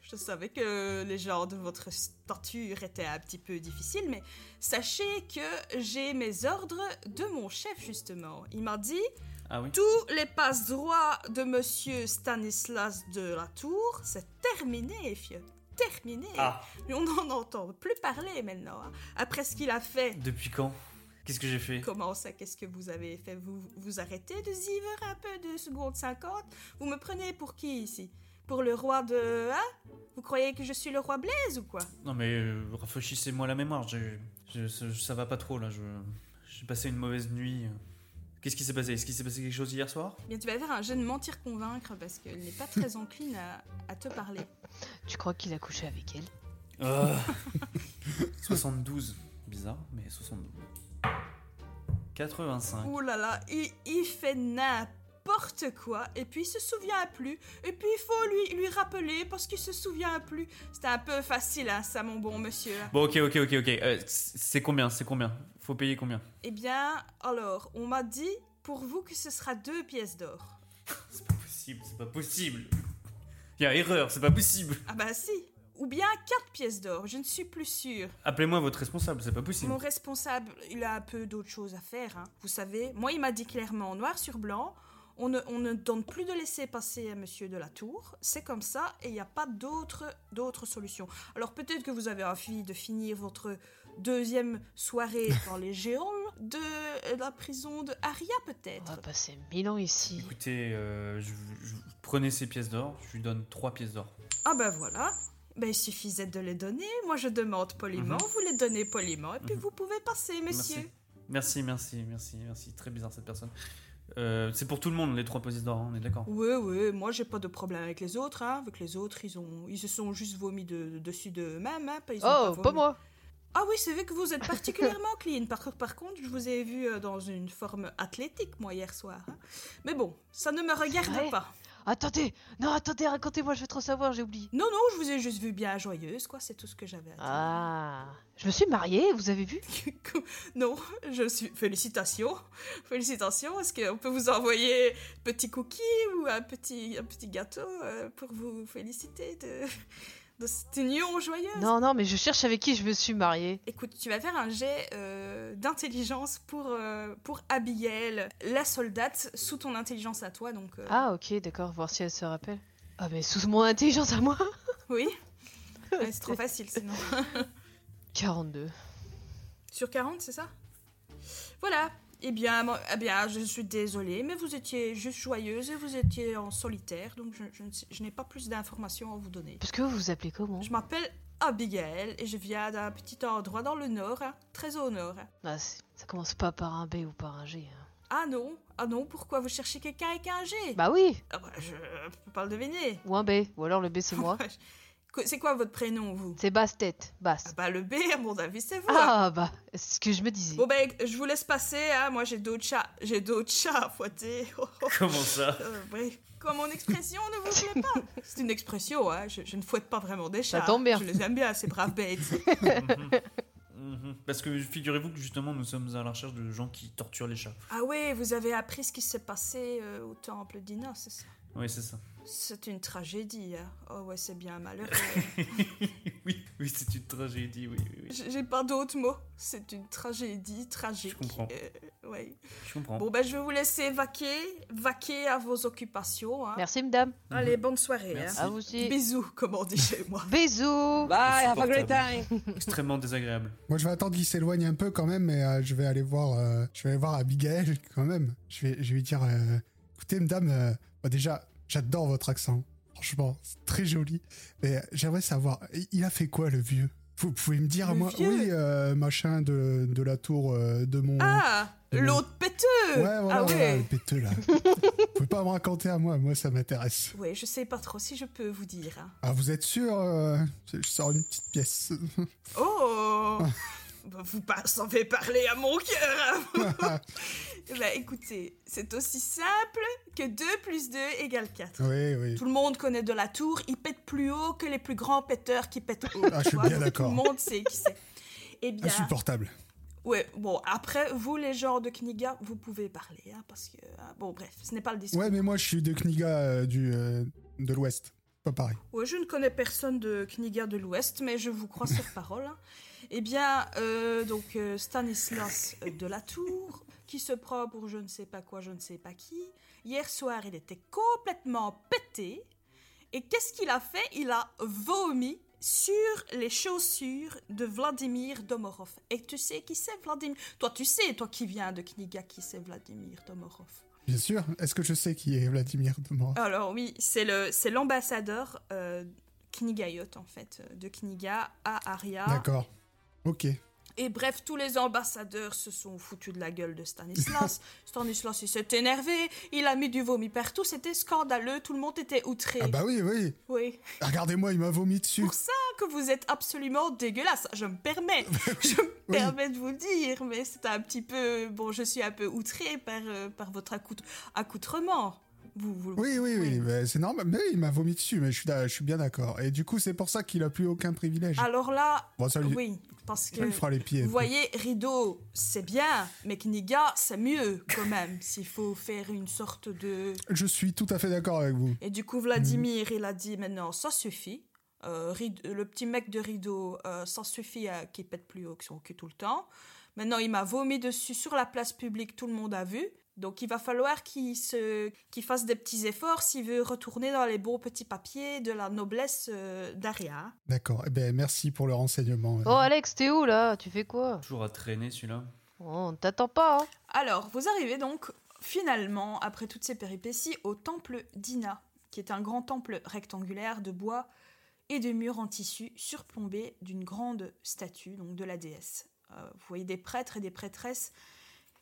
Speaker 1: je savais que les gens de votre stature étaient un petit peu difficiles, mais sachez que j'ai mes ordres de mon chef justement. Il m'a dit
Speaker 4: Ah oui
Speaker 1: tous les passe droits de Monsieur Stanislas de la Tour, c'est terminé, fieu. terminé.
Speaker 4: Ah,
Speaker 1: Mais on n'en entend plus parler maintenant. hein. Après ce qu'il a fait,
Speaker 4: depuis quand Qu'est-ce que j'ai fait
Speaker 1: comment ça Qu'est-ce que vous avez fait Vous vous arrêtez de ziver un peu de seconde 50 Vous me prenez pour qui ici Pour le roi de... Hein Vous croyez que je suis le roi Blaise ou quoi
Speaker 4: Non mais euh, rafraîchissez-moi la mémoire, j'ai- je- ça, ça va pas trop là, je- j'ai passé une mauvaise nuit. Qu'est-ce qui s'est passé Est-ce qu'il s'est passé quelque chose hier soir
Speaker 1: Bien, tu vas faire un jeu de mentir-convaincre parce qu'elle n'est pas très encline à, à te parler.
Speaker 2: Tu crois qu'il a couché avec elle
Speaker 4: 72. Euh, Bizarre, mais 72. 85.
Speaker 1: Ouh là là, il, il fait n'importe quoi et puis il se souvient plus. Et puis il faut lui, lui rappeler parce qu'il se souvient plus. C'était un peu facile, hein, ça, mon bon monsieur.
Speaker 4: Bon, ok, ok, ok, ok. Euh, c- c'est combien C'est combien Faut payer combien
Speaker 1: Eh bien, alors, on m'a dit pour vous que ce sera deux pièces d'or.
Speaker 4: C'est pas possible, c'est pas possible. Il y a erreur, c'est pas possible.
Speaker 1: Ah bah si. Ou bien quatre pièces d'or, je ne suis plus sûre.
Speaker 4: Appelez-moi votre responsable, c'est pas possible.
Speaker 1: Mon responsable, il a un peu d'autres choses à faire, hein. vous savez. Moi, il m'a dit clairement, noir sur blanc, on ne, on ne donne plus de laisser passer à Monsieur de la Tour. C'est comme ça et il n'y a pas d'autre d'autre solution. Alors peut-être que vous avez envie de finir votre deuxième soirée dans les géants de la prison de Aria,
Speaker 2: On va
Speaker 1: peut-être.
Speaker 2: passer mille ans ici.
Speaker 4: Écoutez, euh, je, je- prenez ces pièces d'or, je lui donne 3 pièces d'or.
Speaker 1: Ah ben voilà. Ben, il suffisait de les donner. Moi, je demande poliment, vous les donnez poliment, et puis
Speaker 4: Mhm.
Speaker 1: vous pouvez passer, monsieur.
Speaker 4: Merci, merci, merci, merci. Très bizarre cette personne. Euh, c'est pour tout le monde les 3 pièces d'or, hein, on est d'accord
Speaker 1: Ouais, ouais, moi j'ai pas de problème avec les autres, hein. Avec les autres, ils, ont, ils se sont juste vomis de, dessus d'eux-mêmes, hein. pas- ils ont
Speaker 2: Oh,
Speaker 1: vomi.
Speaker 2: pas moi
Speaker 1: Ah oui, c'est vrai que vous êtes particulièrement clean. Par, contre- par contre, je vous ai vu euh, dans une forme athlétique, moi, hier soir. hein. Mais bon, ça ne me regarde
Speaker 2: vrai.
Speaker 1: pas.
Speaker 2: Attendez Non, attendez, racontez-moi, je veux trop savoir, j'ai oublié.
Speaker 1: Non, non, je vous ai juste vu bien joyeuse, quoi, c'est tout ce que j'avais à dire.
Speaker 2: Ah Je me suis mariée, vous avez vu
Speaker 1: non, je suis. Félicitations. Félicitations. Est-ce qu'on peut vous envoyer un petit cookie ou un petit, un petit gâteau euh, pour vous féliciter de, de cette union joyeuse
Speaker 2: Non, non, mais je cherche avec qui je me suis mariée.
Speaker 1: Écoute, tu vas faire un jet euh, d'intelligence pour, euh, pour Abigail, la soldate, sous ton intelligence à toi, donc... euh,
Speaker 2: Ah, ok, d'accord, voir si elle se rappelle. Ah, mais sous mon intelligence à moi
Speaker 1: Oui Ouais, C'est trop facile, sinon.
Speaker 2: 42.
Speaker 1: Sur 40, c'est ça Voilà. Eh bien, moi- eh bien, je suis désolée, mais vous étiez juste joyeuse et vous étiez en solitaire, donc je, je ne sais- je n'ai pas plus d'informations à vous donner.
Speaker 2: Parce que vous vous appelez comment
Speaker 1: Je m'appelle Abigail et je viens d'un petit endroit dans le nord, hein, très au nord. hein.
Speaker 2: Ah, c'est- ça commence pas par un B ou par un G. hein.
Speaker 1: Ah non, ah non, pourquoi vous cherchez quelqu'un avec un G
Speaker 2: Bah oui
Speaker 1: Ah bah, je ne peux pas le deviner.
Speaker 2: Ou un B, ou alors le B c'est moi.
Speaker 1: Qu- C'est quoi votre prénom, vous
Speaker 2: C'est basse tête,
Speaker 1: Ah
Speaker 2: basse.
Speaker 1: bah le B, à mon avis, c'est vous. hein.
Speaker 2: Ah bah, c'est ce que je me disais.
Speaker 1: Bon ben, je vous laisse passer, hein, moi j'ai d'autres chats, j'ai d'autres chats à fouetter. Oh, oh.
Speaker 4: Comment ça
Speaker 1: Euh, oui. Comme mon expression ne vous plaît pas C'est une expression, hein, je, je ne fouette pas vraiment des chats. hein.
Speaker 2: Ça tombe bien.
Speaker 1: Je les aime bien, ces braves bêtes.
Speaker 4: Mhm. Mhm. Parce que figurez-vous que justement nous sommes à la recherche de gens qui torturent les chats.
Speaker 1: ah ouais, vous avez appris ce qui s'est passé euh, au temple d'Ina, c'est ça
Speaker 4: Oui, c'est ça.
Speaker 1: C'est une tragédie. hein. Oh ouais, c'est bien malheureux.
Speaker 4: oui, oui, c'est une tragédie, oui, oui, oui.
Speaker 1: J'ai j'ai pas d'autres mots. C'est une tragédie tragique.
Speaker 4: Je comprends.
Speaker 1: Euh, ouais.
Speaker 4: Je comprends.
Speaker 1: Bon ben, je vais vous laisser vaquer, vaquer à vos occupations. hein.
Speaker 2: Merci madame.
Speaker 1: Allez,
Speaker 5: Mhm.
Speaker 1: bonne soirée.
Speaker 4: Merci.
Speaker 1: hein.
Speaker 2: À vous aussi.
Speaker 1: Bisous, comme on dit chez moi.
Speaker 2: Bisous
Speaker 5: Bye, have a great
Speaker 4: Insupportable.
Speaker 5: time.
Speaker 4: Extrêmement désagréable.
Speaker 3: Moi, je vais attendre qu'il s'éloigne un peu quand même, mais euh, je vais aller voir, euh, je vais aller voir Abigail quand même. Je vais, je vais lui dire, euh, écoutez, madame, euh, bah, déjà, j'adore votre accent. Franchement, c'est très joli. Mais euh, j'aimerais savoir, il- il a fait quoi le vieux Vous pouvez me dire,
Speaker 1: Le
Speaker 3: moi,
Speaker 1: vieux
Speaker 3: oui, euh, machin de, de la tour euh, de mon.
Speaker 1: Ah, l'autre péteux
Speaker 3: Mhm. ouais, voilà,
Speaker 1: Ah
Speaker 3: voilà,
Speaker 1: ouais
Speaker 3: le péteux là. vous pouvez pas me raconter à moi, moi, ça m'intéresse.
Speaker 1: Ouais, je sais pas trop si je peux vous dire. hein.
Speaker 3: Ah, vous êtes sûr euh, Je je sors une petite pièce.
Speaker 1: Oh Bah, Vous par- en fait parler à mon cœur hein. Bah écoutez, c'est aussi simple que 2 plus 2 égale 4.
Speaker 3: oui, oui.
Speaker 1: Tout le monde connaît de la tour, il pète plus haut que les plus grands péteurs qui pètent haut.
Speaker 3: Ah, je suis
Speaker 1: tu vois,
Speaker 3: bien
Speaker 1: donc
Speaker 3: d'accord.
Speaker 1: Tout le monde sait qui c'est. Eh bien,
Speaker 3: Insupportable.
Speaker 1: ouais, bon, après, vous les genres de Kniga, vous pouvez parler, hein, parce que, hein, bon, bref, ce n'est pas le discours.
Speaker 3: Ouais, mais moi je suis de Kniga euh, du, euh, de l'Ouest. Pas pareil.
Speaker 1: Ouais, je ne connais personne de Kniga de l'Ouest, mais je vous crois sur parole. hein. Eh bien, euh, donc euh, Stanislas euh, de la Tour, qui se prend pour je ne sais pas quoi, je ne sais pas qui. Hier soir, il était complètement pété. Et qu'est-ce qu'il a fait Il a vomi sur les chaussures de Vladimir Domorov. Et tu sais qui c'est Vladimir Toi, tu sais, toi qui viens de Kniga, qui c'est Vladimir Domorov
Speaker 3: Bien sûr. Est-ce que je sais qui est Vladimir Domorov
Speaker 1: Alors oui, c'est le c'est l'ambassadeur euh, Knigayot en fait euh, de Kniga à Aria.
Speaker 3: D'accord. Ok.
Speaker 1: Ah. Et bref, tous les ambassadeurs se sont foutus de la gueule de Stanislas. Stanislas, il s'est énervé, il a mis du vomi partout, c'était scandaleux, tout le monde était outré.
Speaker 3: Ah bah oui, oui. Ah,
Speaker 1: Oui.
Speaker 3: Regardez-moi, il m'a vomi dessus.
Speaker 1: Pour ça que vous êtes absolument dégueulasse, je me permets, je me
Speaker 3: Oui.
Speaker 1: permets de vous le dire, mais c'est un petit peu, bon, je suis un peu outré par, euh, par votre accoutre- accoutrement. Vous, vous-
Speaker 3: Oui, oui, oui. mais C'est normal. Mais il m'a vomi dessus, mais je suis, d'a- je suis bien d'accord. Et du coup, c'est pour ça qu'il a plus aucun privilège.
Speaker 1: Alors là,
Speaker 3: Bon, ça Ah, lui,
Speaker 1: Ah, oui, parce
Speaker 3: ça
Speaker 1: que
Speaker 3: lui fera les pieds.
Speaker 1: Vous voyez, rideau, c'est bien, mais Kniga, c'est mieux quand même, s'il faut faire une sorte de...
Speaker 3: Je suis tout à fait d'accord avec vous.
Speaker 1: Et du coup, Vladimir, il a dit, maintenant, ça suffit. Euh, Rid- le petit mec de rideau, euh, ça suffit à qu'il pète plus haut que son cul tout le temps. Maintenant, il m'a vomi dessus sur la place publique, tout le monde a vu. Donc, il va falloir qu'il se... qu'il fasse des petits efforts s'il veut retourner dans les beaux petits papiers de la noblesse euh, d'Aria.
Speaker 3: D'accord. Eh ben, merci pour le renseignement.
Speaker 2: Oh Alex, t'es où là Tu fais quoi
Speaker 4: Toujours à traîner celui-là.
Speaker 2: Oh, On t'attend pas. hein.
Speaker 1: Alors, vous arrivez donc finalement, après toutes ces péripéties, au temple d'Ina, qui est un grand temple rectangulaire de bois et de murs en tissu surplombé d'une grande statue, donc de la déesse. Euh, vous voyez des prêtres et des prêtresses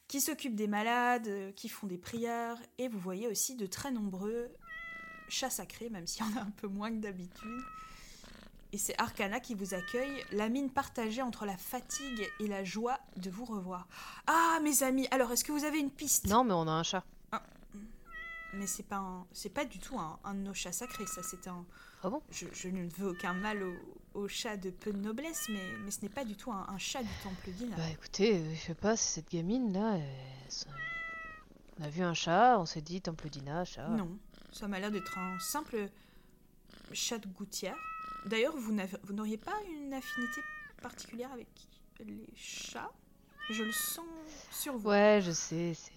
Speaker 1: qui s'occupent des malades, euh, qui font des prières, et vous voyez aussi de très nombreux euh, chats sacrés, même s'il y en a un peu moins que d'habitude. Et c'est Arcana qui vous accueille, la mine partagée entre la fatigue et la joie de vous revoir. Ah, mes amis, alors est-ce que vous avez une piste
Speaker 2: Non, mais on a un chat.
Speaker 1: Mais c'est pas un- c'est pas du tout un, un de nos chats sacrés, ça c'est un.
Speaker 2: Ah bon
Speaker 1: je, je ne veux aucun mal au, au chat de peu de noblesse, mais, mais ce n'est pas du tout un, un chat du temple d'Ina.
Speaker 2: Bah écoutez, euh, je sais pas, cette gamine là. euh, ça- On a vu un chat, on s'est dit temple d'Ina, chat.
Speaker 1: Non, ça m'a l'air d'être un simple chat de gouttière. D'ailleurs, vous n'avez- vous n'auriez pas une affinité particulière avec les chats Je le sens sur vous.
Speaker 2: Ouais, je sais, c'est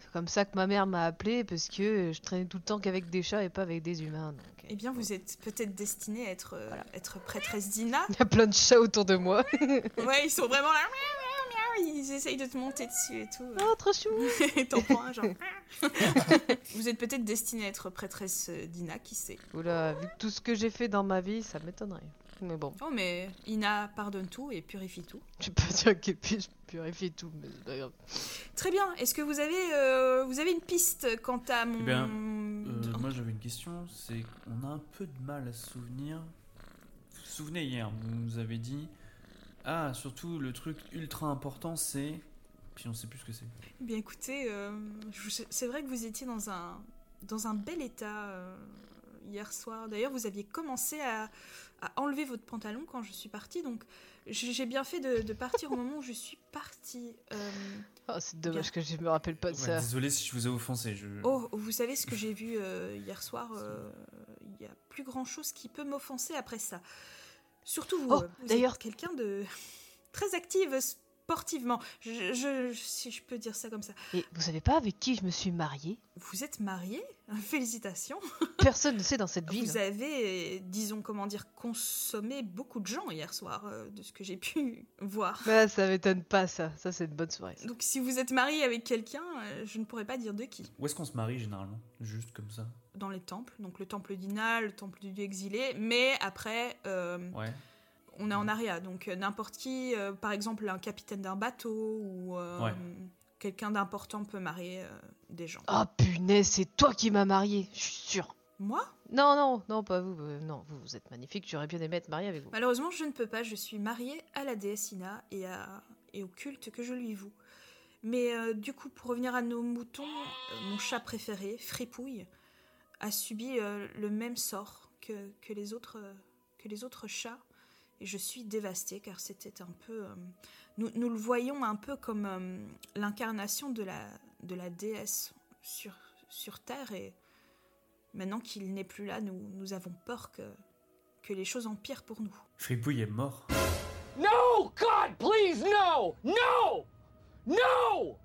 Speaker 2: c'est comme ça que ma mère m'a appelée parce que je traînais tout le temps qu'avec des chats et pas avec des humains. Donc... euh,
Speaker 1: Eh bien, vous êtes peut-être destiné à être, euh,
Speaker 2: Voilà.
Speaker 1: être prêtresse d'Ina.
Speaker 2: Il y a plein de chats autour de moi.
Speaker 1: ouais, ils sont vraiment là. miaou, miaou, miaou, Ils essayent de te monter dessus et tout. euh.
Speaker 2: oh, trop chou
Speaker 1: Et t'en prends un, genre. vous êtes peut-être destinée à être prêtresse d'Ina, qui sait.
Speaker 2: Oula, vu tout ce que j'ai fait dans ma vie, ça m'étonnerait. Mais bon,
Speaker 1: Oh, mais Ina pardonne tout et purifie tout.
Speaker 2: je peux pas dire que puis je purifie tout, mais c'est pas grave.
Speaker 1: Très bien. Est-ce que vous avez, euh, vous avez une piste quant à mon. Oh,
Speaker 4: Eh bien, Euh, moi j'avais une question, c'est qu'on a un peu de mal à se souvenir. Vous vous souvenez hier, vous nous avez dit ah surtout le truc ultra important c'est puis on sait plus ce que c'est.
Speaker 1: Eh bien, écoutez, euh, je- c'est vrai que vous étiez dans un, dans un bel état euh, hier soir. D'ailleurs, vous aviez commencé à, à enlever votre pantalon quand je suis partie, donc j'ai j'ai bien fait de, de partir au moment où je suis partie. Euh,
Speaker 2: Oh, c'est dommage que je me rappelle pas de
Speaker 4: Ouais,
Speaker 2: ça.
Speaker 4: désolé si je vous ai offensé. Je...
Speaker 2: Mm.
Speaker 1: Oh, vous savez ce que j'ai vu euh, hier soir euh, Il y a plus grand chose qui peut m'offenser après ça. Surtout vous.
Speaker 2: Oh,
Speaker 1: euh, vous êtes
Speaker 2: d'ailleurs-
Speaker 1: quelqu'un de très active sportivement. Je, je- je- si je peux dire ça comme ça.
Speaker 2: Et vous savez pas avec qui je me suis mariée
Speaker 1: Vous êtes marié hein, Félicitations.
Speaker 2: Personne ne sait dans cette ville.
Speaker 1: Vous avez, euh, disons comment dire, consommé beaucoup de gens hier soir, euh, de ce que j'ai pu voir.
Speaker 2: Ah, ça m'étonne pas ça. Ça c'est une bonne soirée. ça.
Speaker 1: Donc si vous êtes marié avec quelqu'un, euh, je ne pourrais pas dire de qui.
Speaker 4: Où est-ce qu'on se marie généralement Juste comme ça.
Speaker 1: Dans les temples, donc le temple d'Ina, le temple du dieu exilé, mais après... euh,
Speaker 4: Ouais.
Speaker 1: on est en aria, donc euh, n'importe qui, euh, par exemple un capitaine d'un bateau ou euh,
Speaker 4: Ouais.
Speaker 1: quelqu'un d'important peut marier euh, des gens.
Speaker 2: Oh punaise, c'est toi qui m'as mariée, je suis sûre.
Speaker 1: Moi,
Speaker 2: Non, non, non, pas vous. euh, non, vous, vous êtes magnifique, j'aurais bien aimé être mariée avec vous.
Speaker 1: malheureusement, je ne peux pas, je suis mariée à la déesse Ina et, à- et au culte que je lui voue. Mais euh, du coup, pour revenir à nos moutons, euh, mon chat préféré, Fripouille, a subi euh, le même sort que, que les autres, euh, que les autres chats. Et je suis dévastée car c'était un peu. euh, nous, nous le voyons un peu comme euh, l'incarnation de la, de la déesse sur, sur Terre. Et maintenant qu'il n'est plus là, nous, nous avons peur que, que les choses empirent pour nous.
Speaker 4: Fripouille est mort.
Speaker 5: No! God, please, no! No! No!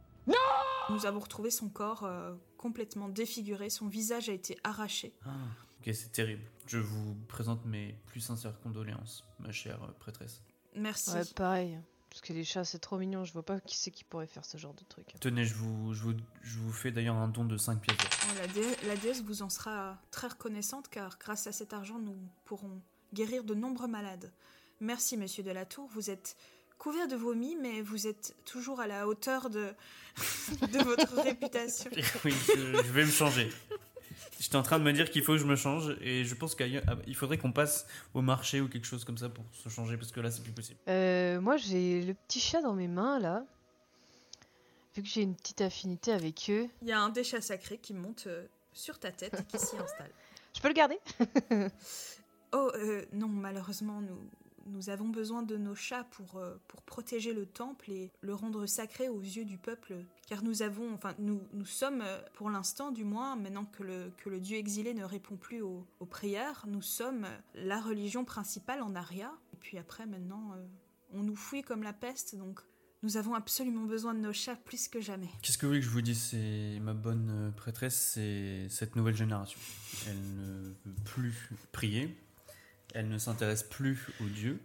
Speaker 1: Nous avons retrouvé son corps euh, complètement défiguré, son visage a été arraché.
Speaker 4: Ah, Ok, c'est terrible. Je vous présente mes plus sincères condoléances, ma chère euh, prêtresse.
Speaker 1: Merci.
Speaker 2: Ouais, pareil. Parce que les chats, c'est trop mignon. Je vois pas qui c'est qui pourrait faire ce genre de truc.
Speaker 4: Tenez, je vous, je vous, je vous fais d'ailleurs un don de 5 pièces d'or.
Speaker 1: Oh, la, dé- la déesse vous en sera très reconnaissante car grâce à cet argent nous pourrons guérir de nombreux malades. Merci monsieur de la Tour, vous êtes couvert de vomi mais vous êtes toujours à la hauteur de, de votre réputation.
Speaker 4: oui, je, je vais me changer. J'étais en train de me dire qu'il faut que je me change et je pense qu'il faudrait qu'on passe au marché ou quelque chose comme ça pour se changer parce que là c'est plus possible.
Speaker 2: Euh, moi, j'ai le petit chat dans mes mains, là. Vu que j'ai une petite affinité avec eux,
Speaker 1: Il y a un déchet sacré qui monte euh, sur ta tête et qui s'y installe.
Speaker 2: je peux le garder
Speaker 1: Oh euh, non, malheureusement, nous, nous avons besoin de nos chats pour, euh, pour protéger le temple et le rendre sacré aux yeux du peuple, car nous avons, enfin, nous, nous sommes, euh, pour l'instant du moins, maintenant que le, que le dieu exilé ne répond plus aux, aux prières, nous sommes euh, la religion principale en Aria, et puis après, maintenant, euh, on nous fouille comme la peste, donc nous avons absolument besoin de nos chats plus que jamais.
Speaker 4: Qu'est-ce que vous voulez que je vous dise C'est ma bonne euh, prêtresse, c'est cette nouvelle génération. Elle ne veut plus prier, elle ne s'intéresse plus aux dieux.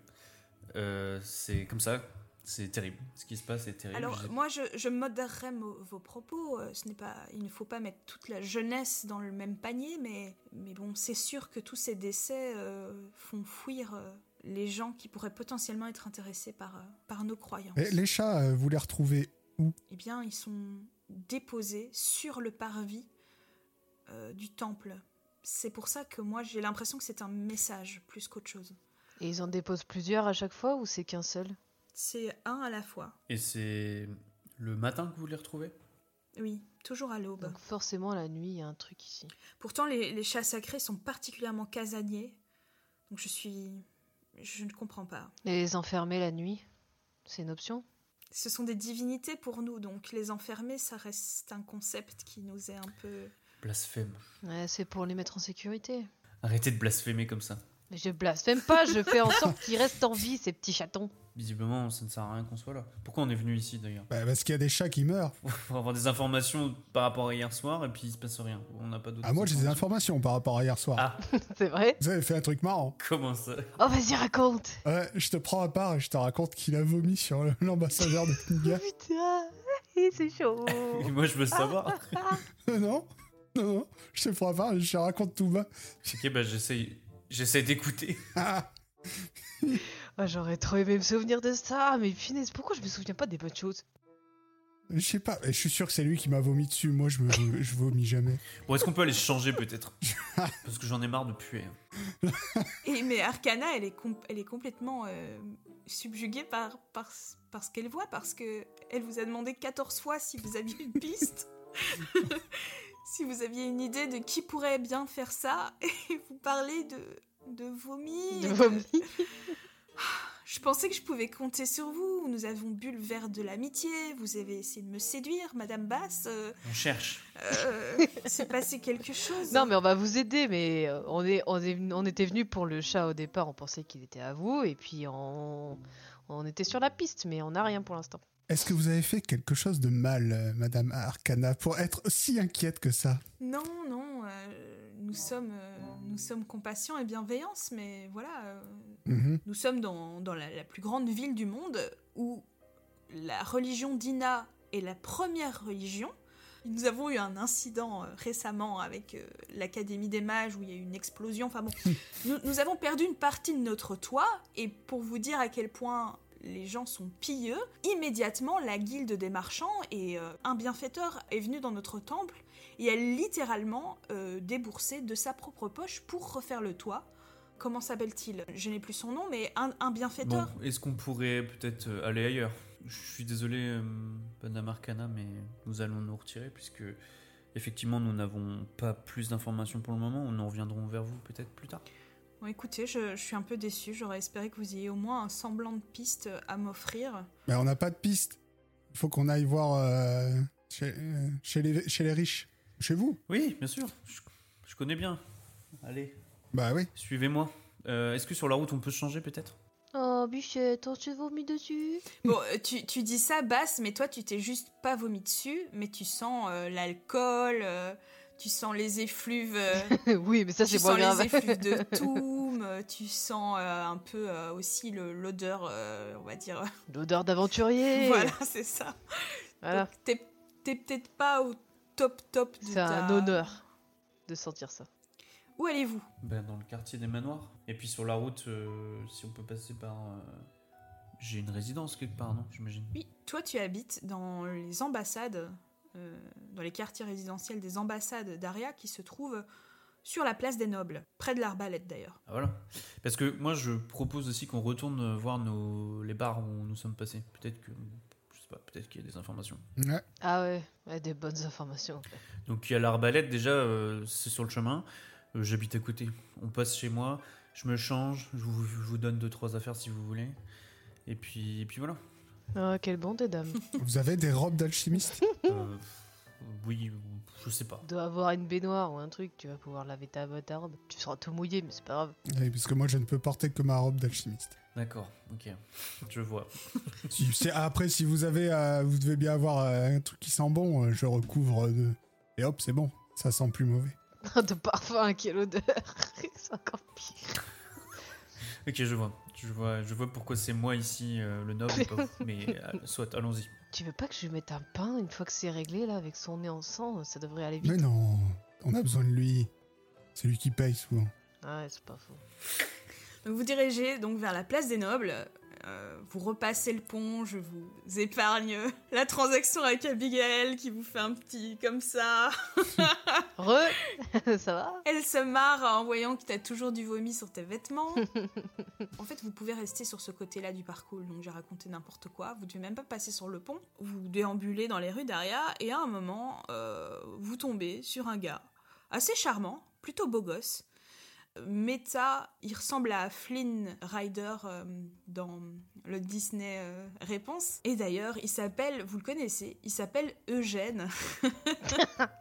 Speaker 4: Euh, c'est comme ça, c'est terrible. Ce qui se passe est terrible.
Speaker 1: Alors
Speaker 4: J'ai-
Speaker 1: moi je, je modérerai mo- vos propos, euh, ce n'est pas il ne faut pas mettre toute la jeunesse dans le même panier mais mais bon, c'est sûr que tous ces décès euh, font fuir euh, les gens qui pourraient potentiellement être intéressés par euh, par nos croyances.
Speaker 3: Et les chats, euh, vous les retrouvez
Speaker 1: Eh bien, ils sont déposés sur le parvis euh, du temple. C'est pour ça que moi j'ai l'impression que c'est un message plus qu'autre chose.
Speaker 2: Et ils en déposent plusieurs à chaque fois ou c'est qu'un seul
Speaker 1: C'est un à la fois.
Speaker 4: Et c'est le matin que vous les retrouvez
Speaker 1: Oui, toujours à l'aube.
Speaker 2: Donc forcément, la nuit, il y a un truc ici.
Speaker 1: Pourtant, les, les chats sacrés sont particulièrement casaniers. Donc je suis. Je ne comprends pas.
Speaker 2: Et les enfermer la nuit, c'est une option
Speaker 1: Ce sont des divinités pour nous, donc les enfermer, ça reste un concept qui nous est un peu.
Speaker 4: Blasphème.
Speaker 2: Ouais, c'est pour les mettre en sécurité.
Speaker 4: Arrêtez de blasphémer comme ça.
Speaker 2: Mais je blasphème pas, je fais en sorte qu'ils restent en vie, ces petits chatons.
Speaker 4: Visiblement, ça ne sert à rien qu'on soit là. Pourquoi on est venu ici d'ailleurs
Speaker 3: Bah, Parce qu'il y a des chats qui meurent.
Speaker 4: Pour avoir des informations par rapport à hier soir et puis il se passe rien. On n'a pas d'autres.
Speaker 3: Ah, moi, j'ai des informations par rapport à hier soir.
Speaker 4: Ah.
Speaker 2: C'est vrai
Speaker 3: Vous avez fait un truc marrant.
Speaker 4: Comment ça
Speaker 2: Oh, vas-y, raconte
Speaker 3: Ouais, je te prends à part et je te raconte qu'il a vomi sur le- l'ambassadeur de Kniga.
Speaker 2: Putain, eh, c'est chaud
Speaker 4: Et Moi, je veux savoir.
Speaker 3: non, non, non, je te prends à part et je te raconte tout bas.
Speaker 4: ok, bah j'essaye. J'essaie d'écouter.
Speaker 3: Ah,
Speaker 2: Ah, J'aurais trop aimé me souvenir de ça, mais punaise, pourquoi je me souviens pas des bonnes choses
Speaker 3: je sais pas, mais je suis sûr que c'est lui qui m'a vomi dessus. Moi, je, me, je vomis jamais.
Speaker 4: Bon, est-ce qu'on peut aller se changer peut-être Parce que j'en ai marre de puer. hein.
Speaker 1: Et, mais Arcana, elle est, com- elle est complètement euh, subjuguée par, par, ce- par ce qu'elle voit, parce que elle vous a demandé 14 fois si vous aviez une piste, si vous aviez une idée de qui pourrait bien faire ça, et vous parlez de, de vomi.
Speaker 2: de
Speaker 1: et de-
Speaker 2: vomi
Speaker 1: Je pensais que je pouvais compter sur vous. Nous avons bu le verre de l'amitié. Vous avez essayé de me séduire, Madame Basse. Euh,
Speaker 4: On cherche.
Speaker 1: euh, il s'est passé quelque chose.
Speaker 2: Non, mais on va vous aider, mais euh, on, est, on, est, on était venu pour le chat au départ, on pensait qu'il était à vous, et puis on, on était sur la piste, mais on n'a rien pour l'instant.
Speaker 3: Est-ce que vous avez fait quelque chose de mal, euh, Madame Arcana, pour être si inquiète que ça
Speaker 1: non, non, euh, nous sommes, euh, nous sommes compassions et bienveillance, mais voilà, euh,
Speaker 3: Mhm.
Speaker 1: nous sommes dans, dans la, la plus grande ville du monde où la religion d'Ina est la première religion. Nous avons eu un incident euh, récemment avec euh, l'Académie des Mages où il y a eu une explosion. Enfin bon, nous, nous avons perdu une partie de notre toit et pour vous dire à quel point les gens sont pieux, immédiatement la guilde des marchands et euh, un bienfaiteur est venu dans notre temple et a littéralement euh, déboursé de sa propre poche pour refaire le toit. Comment s'appelle-t-il Je n'ai plus son nom, mais un, un
Speaker 4: Bon,
Speaker 1: bienfaiteur.
Speaker 4: est-ce qu'on pourrait peut-être euh, aller ailleurs Je suis désolé, euh, Madame Arcana, mais nous allons nous retirer puisque effectivement nous n'avons pas plus d'informations pour le moment. Nous reviendrons vers vous peut-être plus tard.
Speaker 1: Bon, écoutez, je, je suis un peu déçue. J'aurais espéré que vous ayez au moins un semblant de piste à m'offrir.
Speaker 3: Mais on n'a pas de piste. Il faut qu'on aille voir euh, chez, euh, chez les, chez les riches. Chez vous
Speaker 4: Oui, bien sûr. Je, je connais bien. Allez,
Speaker 3: Bah oui.
Speaker 4: suivez-moi. Euh, est-ce que sur la route on peut se changer peut-être
Speaker 2: Oh, bichette, on se vomit dessus
Speaker 1: Bon, euh, tu, tu dis ça basse, mais toi, tu t'es juste pas vomi dessus, mais tu sens euh, l'alcool, euh, Tu sens les effluves, euh,
Speaker 2: oui, mais ça,
Speaker 1: tu
Speaker 2: c'est
Speaker 1: sens
Speaker 2: pas grave.
Speaker 1: les effluves de Toum, euh, tu sens euh, un peu euh, aussi le- l'odeur, euh, on va dire.
Speaker 2: L'odeur d'aventurier.
Speaker 1: Voilà, c'est ça.
Speaker 2: Voilà.
Speaker 1: Donc, t'es, t'es peut-être pas au top top de
Speaker 2: C'est
Speaker 1: ta-
Speaker 2: un honneur de sentir ça.
Speaker 1: Où allez-vous
Speaker 4: Ben, dans le quartier des manoirs. Et puis sur la route, euh, si on peut passer par. euh, J'ai une résidence quelque part, non J'imagine.
Speaker 1: Oui, toi tu habites dans les ambassades, euh, dans les quartiers résidentiels des ambassades d'Aria qui se trouvent sur la place des nobles, près de l'arbalète d'ailleurs.
Speaker 4: Ah, voilà. Parce que moi, je propose aussi qu'on retourne euh, voir nos... les bars où nous sommes passés. Peut-être que. Je sais pas, peut-être qu'il y a des informations.
Speaker 3: Ouais.
Speaker 2: Ah ouais, ouais, des bonnes informations.
Speaker 4: Donc il y a l'arbalète, déjà, euh, c'est sur le chemin. Euh, J'habite à côté. On passe chez moi, je me change, je vous, je vous donne deux, trois affaires si vous voulez. Et puis, et puis voilà.
Speaker 2: Ah, quelle bande des dames.
Speaker 3: Vous avez des robes d'alchimiste
Speaker 4: Euh, oui, je sais pas.
Speaker 2: Tu dois avoir une baignoire ou un truc, tu vas pouvoir laver ta, ta robe. Tu seras tout mouillé, mais c'est pas grave.
Speaker 3: Oui, Parce que moi, je ne peux porter que ma robe d'alchimiste.
Speaker 4: D'accord, ok. Je vois.
Speaker 3: Si- c'est- après, si vous avez, euh, vous devez bien avoir euh, un truc qui sent bon, euh, je recouvre euh, de... et hop, c'est bon, ça sent plus mauvais.
Speaker 2: de parfum, quelle odeur. c'est encore pire.
Speaker 4: Ok, je vois. Je vois, je vois pourquoi c'est moi ici euh, le noble. et pas vous. Mais euh, soit, allons-y.
Speaker 2: Tu veux pas que je lui mette un pain une fois que c'est réglé là avec son nez en sang Ça devrait aller
Speaker 3: Mais
Speaker 2: vite.
Speaker 3: non, on a besoin de lui. C'est lui qui paye souvent.
Speaker 2: Ah Ouais, c'est pas faux.
Speaker 1: Donc vous dirigez donc vers la place des nobles, euh, vous repassez le pont, je vous épargne la transaction avec Abigail qui vous fait un petit comme ça.
Speaker 2: Re Ça va
Speaker 1: Elle se marre en voyant que t'as toujours du vomi sur tes vêtements. en fait, vous pouvez rester sur ce côté-là du parcours, donc j'ai raconté n'importe quoi. Vous devez même pas passer sur le pont. Vous déambulez dans les rues d'Aria et à un moment, euh, vous tombez sur un gars assez charmant, plutôt beau gosse. Meta, il ressemble à Flynn Rider euh, dans le Disney euh, Réponse. Et d'ailleurs, il s'appelle, vous le connaissez, il s'appelle Eugène.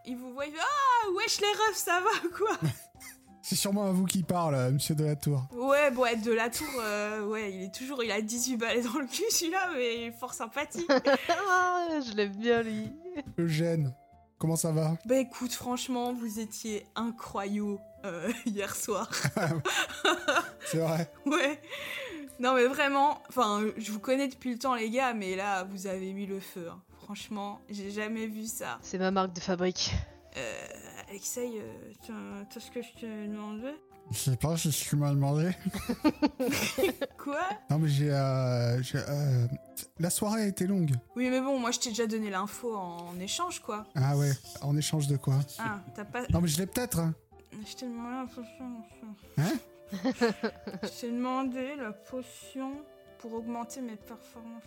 Speaker 1: il vous voit, il fait Ah, wesh les refs, ça va ou quoi
Speaker 3: C'est sûrement à vous qui parle, euh, monsieur de la Tour.
Speaker 1: Ouais, bon, ouais, de la tour, euh, ouais, il est toujours, il a 18 balles dans le cul celui-là, mais il est fort sympathique.
Speaker 2: Ah, je l'aime bien lui.
Speaker 3: Eugène, comment ça va
Speaker 1: bah écoute, franchement, vous étiez incroyaux euh, hier soir.
Speaker 3: C'est vrai.
Speaker 1: Ouais. Non, mais vraiment, enfin, je vous connais depuis le temps, les gars, mais là, vous avez mis le feu. hein. Franchement, j'ai jamais vu ça.
Speaker 2: C'est ma marque de fabrique.
Speaker 1: Euh, Alexei, euh, t'as- t'as ce que je te demandais
Speaker 3: Je sais pas si je suis mal demandé.
Speaker 1: Quoi
Speaker 3: Non mais j'ai... euh, j'ai, euh, La soirée a été longue.
Speaker 1: Oui, mais bon, moi, je t'ai déjà donné l'info en échange, quoi.
Speaker 3: Ah ouais, en échange de quoi
Speaker 1: Ah, t'as pas.
Speaker 3: Non mais je l'ai peut-être. hein.
Speaker 1: Je t'ai demandé la potion.
Speaker 3: Hein
Speaker 1: Je t'ai demandé la potion pour augmenter mes performances.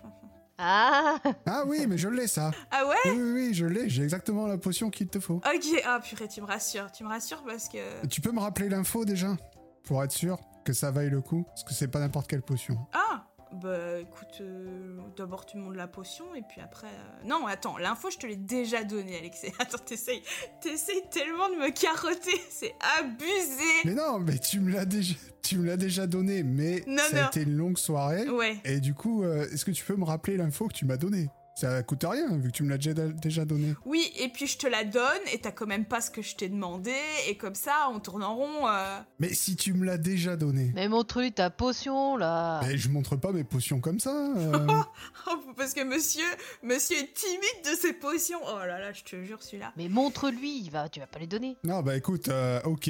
Speaker 2: Ah
Speaker 3: Ah oui, mais je l'ai ça.
Speaker 1: Ah ouais
Speaker 3: Oui, oui, oui, je l'ai. J'ai exactement la potion qu'il te faut.
Speaker 1: Ok, ah purée, tu me rassures, tu me rassures parce que...
Speaker 3: Tu peux me rappeler l'info déjà Pour être sûr que ça vaille le coup Parce que c'est pas n'importe quelle potion.
Speaker 1: Ah Bah écoute, euh, d'abord tu me montres la potion et puis après... euh, Non, attends, l'info je te l'ai déjà donnée Alexei. Attends, t'essayes, t'essayes tellement de me carotter, c'est abusé
Speaker 3: Mais non, mais tu me l'as déjà, tu me l'as déjà donné, mais
Speaker 1: Non,
Speaker 3: ça
Speaker 1: non.
Speaker 3: a été une longue soirée.
Speaker 1: Ouais,
Speaker 3: Et du coup, euh, est-ce que tu peux me rappeler l'info que tu m'as donnée Ça coûte rien, vu que tu me l'as déjà, déjà donnée.
Speaker 1: oui, et puis je te la donne et t'as quand même pas ce que je t'ai demandé et comme ça, on tourne en rond... euh,
Speaker 3: Mais si tu me l'as déjà donnée...
Speaker 2: Mais montre-lui ta potion là
Speaker 3: Mais je montre pas mes potions comme ça. euh.
Speaker 1: Oh, parce que monsieur, monsieur est timide de ses potions. Oh là là, je te jure, celui-là.
Speaker 2: Mais montre-lui, il va, tu vas pas lui donner.
Speaker 3: non, bah écoute, euh, ok,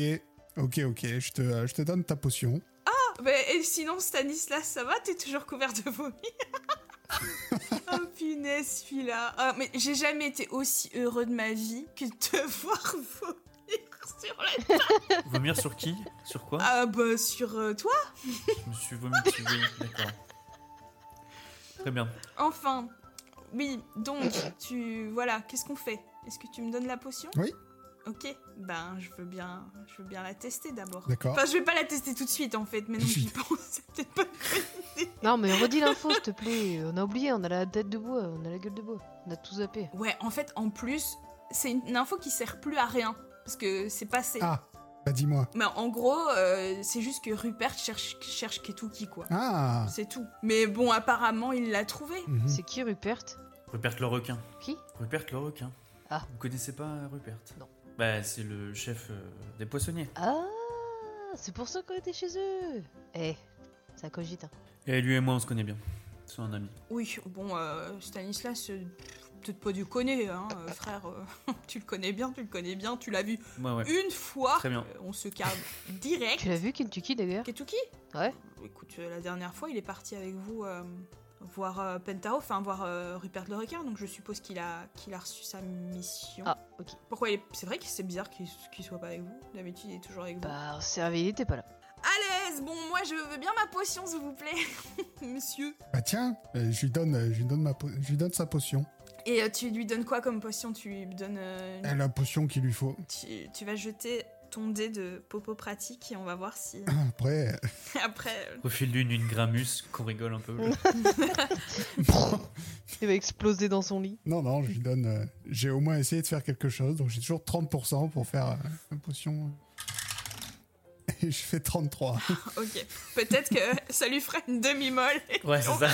Speaker 3: ok, ok, je te, euh, je te donne ta potion.
Speaker 1: Ah, bah, et sinon, Stanislas, ça va T'es toujours couvert de vomi Oh punaise, celui-là. Ah, mais j'ai jamais été aussi heureux de ma vie que de te voir vomir sur la...
Speaker 4: Vomir sur qui Sur quoi
Speaker 1: Ah bah, sur euh, toi
Speaker 4: Je me suis vomi dessus, oui, d'accord. Très bien.
Speaker 1: Enfin, oui, donc, tu... Voilà, qu'est-ce qu'on fait Est-ce que tu me donnes la potion
Speaker 3: Oui.
Speaker 1: Ok, ben je veux bien, je veux bien la tester d'abord.
Speaker 3: D'accord.
Speaker 1: Enfin, je vais pas la tester tout de suite en fait, mais non, j'y pense, c'est peut-être pas
Speaker 2: Non mais redis l'info s'il te plaît. On a oublié, on a la tête de bois, on a la gueule de bois. On a tout zappé.
Speaker 1: Ouais, en fait, en plus, c'est une info qui sert plus à rien. Parce que c'est passé.
Speaker 3: Ah, bah dis-moi.
Speaker 1: Mais en gros, euh, c'est juste que Rupert cherche, cherche Ketuki, quoi.
Speaker 3: Ah.
Speaker 1: C'est tout. Mais bon, apparemment, il l'a trouvé.
Speaker 3: Mhm.
Speaker 2: C'est qui Rupert
Speaker 4: Rupert le requin.
Speaker 2: Qui
Speaker 4: Rupert le requin.
Speaker 2: Ah.
Speaker 4: Vous connaissez pas Rupert
Speaker 2: Non.
Speaker 4: Bah, c'est le chef euh, des poissonniers.
Speaker 2: Ah, c'est pour ça qu'on était chez eux. Eh, ça cogite. hein.
Speaker 4: Et lui et moi, on se connaît bien. C'est un ami.
Speaker 1: Oui, bon, euh, Stanislas, euh, peut-être pas du connais, hein, euh, frère. euh, tu le connais bien, tu le connais bien, tu l'as vu
Speaker 4: Ouais, ouais.
Speaker 1: une fois.
Speaker 4: Très bien.
Speaker 1: Euh, on se calme direct.
Speaker 2: Tu l'as vu, Kentucky, d'ailleurs
Speaker 1: Ketuki
Speaker 2: Ouais.
Speaker 1: Écoute, euh, la dernière fois, il est parti avec vous euh, voir euh, Pentao, enfin voir euh, Rupert le requin, donc je suppose qu'il a, qu'il a reçu sa mission.
Speaker 2: Ah, ok.
Speaker 1: Pourquoi il est... C'est vrai que c'est bizarre qu'il qu'il soit pas avec vous. D'habitude, il est toujours avec vous.
Speaker 2: Bah, on s'est réveillé, il était pas là.
Speaker 1: À l'aise Bon, moi, je veux bien ma potion, s'il vous plaît, monsieur.
Speaker 3: Bah tiens, euh, je lui donne, euh, je lui donne ma, po- je lui donne sa potion.
Speaker 1: Et euh, tu lui donnes quoi comme potion Tu lui donnes... euh, une-
Speaker 3: Elle a la potion qu'il lui faut.
Speaker 1: Tu, tu vas jeter ton dé de popo pratique et on va voir si...
Speaker 3: Après,
Speaker 1: Après... euh,
Speaker 4: Au fil d'une, une Gramus, qu'on rigole un peu. là.
Speaker 2: Il va exploser dans son lit.
Speaker 3: non, non, je lui donne. euh, j'ai au moins essayé de faire quelque chose, donc j'ai toujours 30% pour faire euh, la potion. Et je fais 33.
Speaker 1: euh, Ok. Peut-être que ça lui ferait une demi-molle.
Speaker 4: Ouais, c'est ça.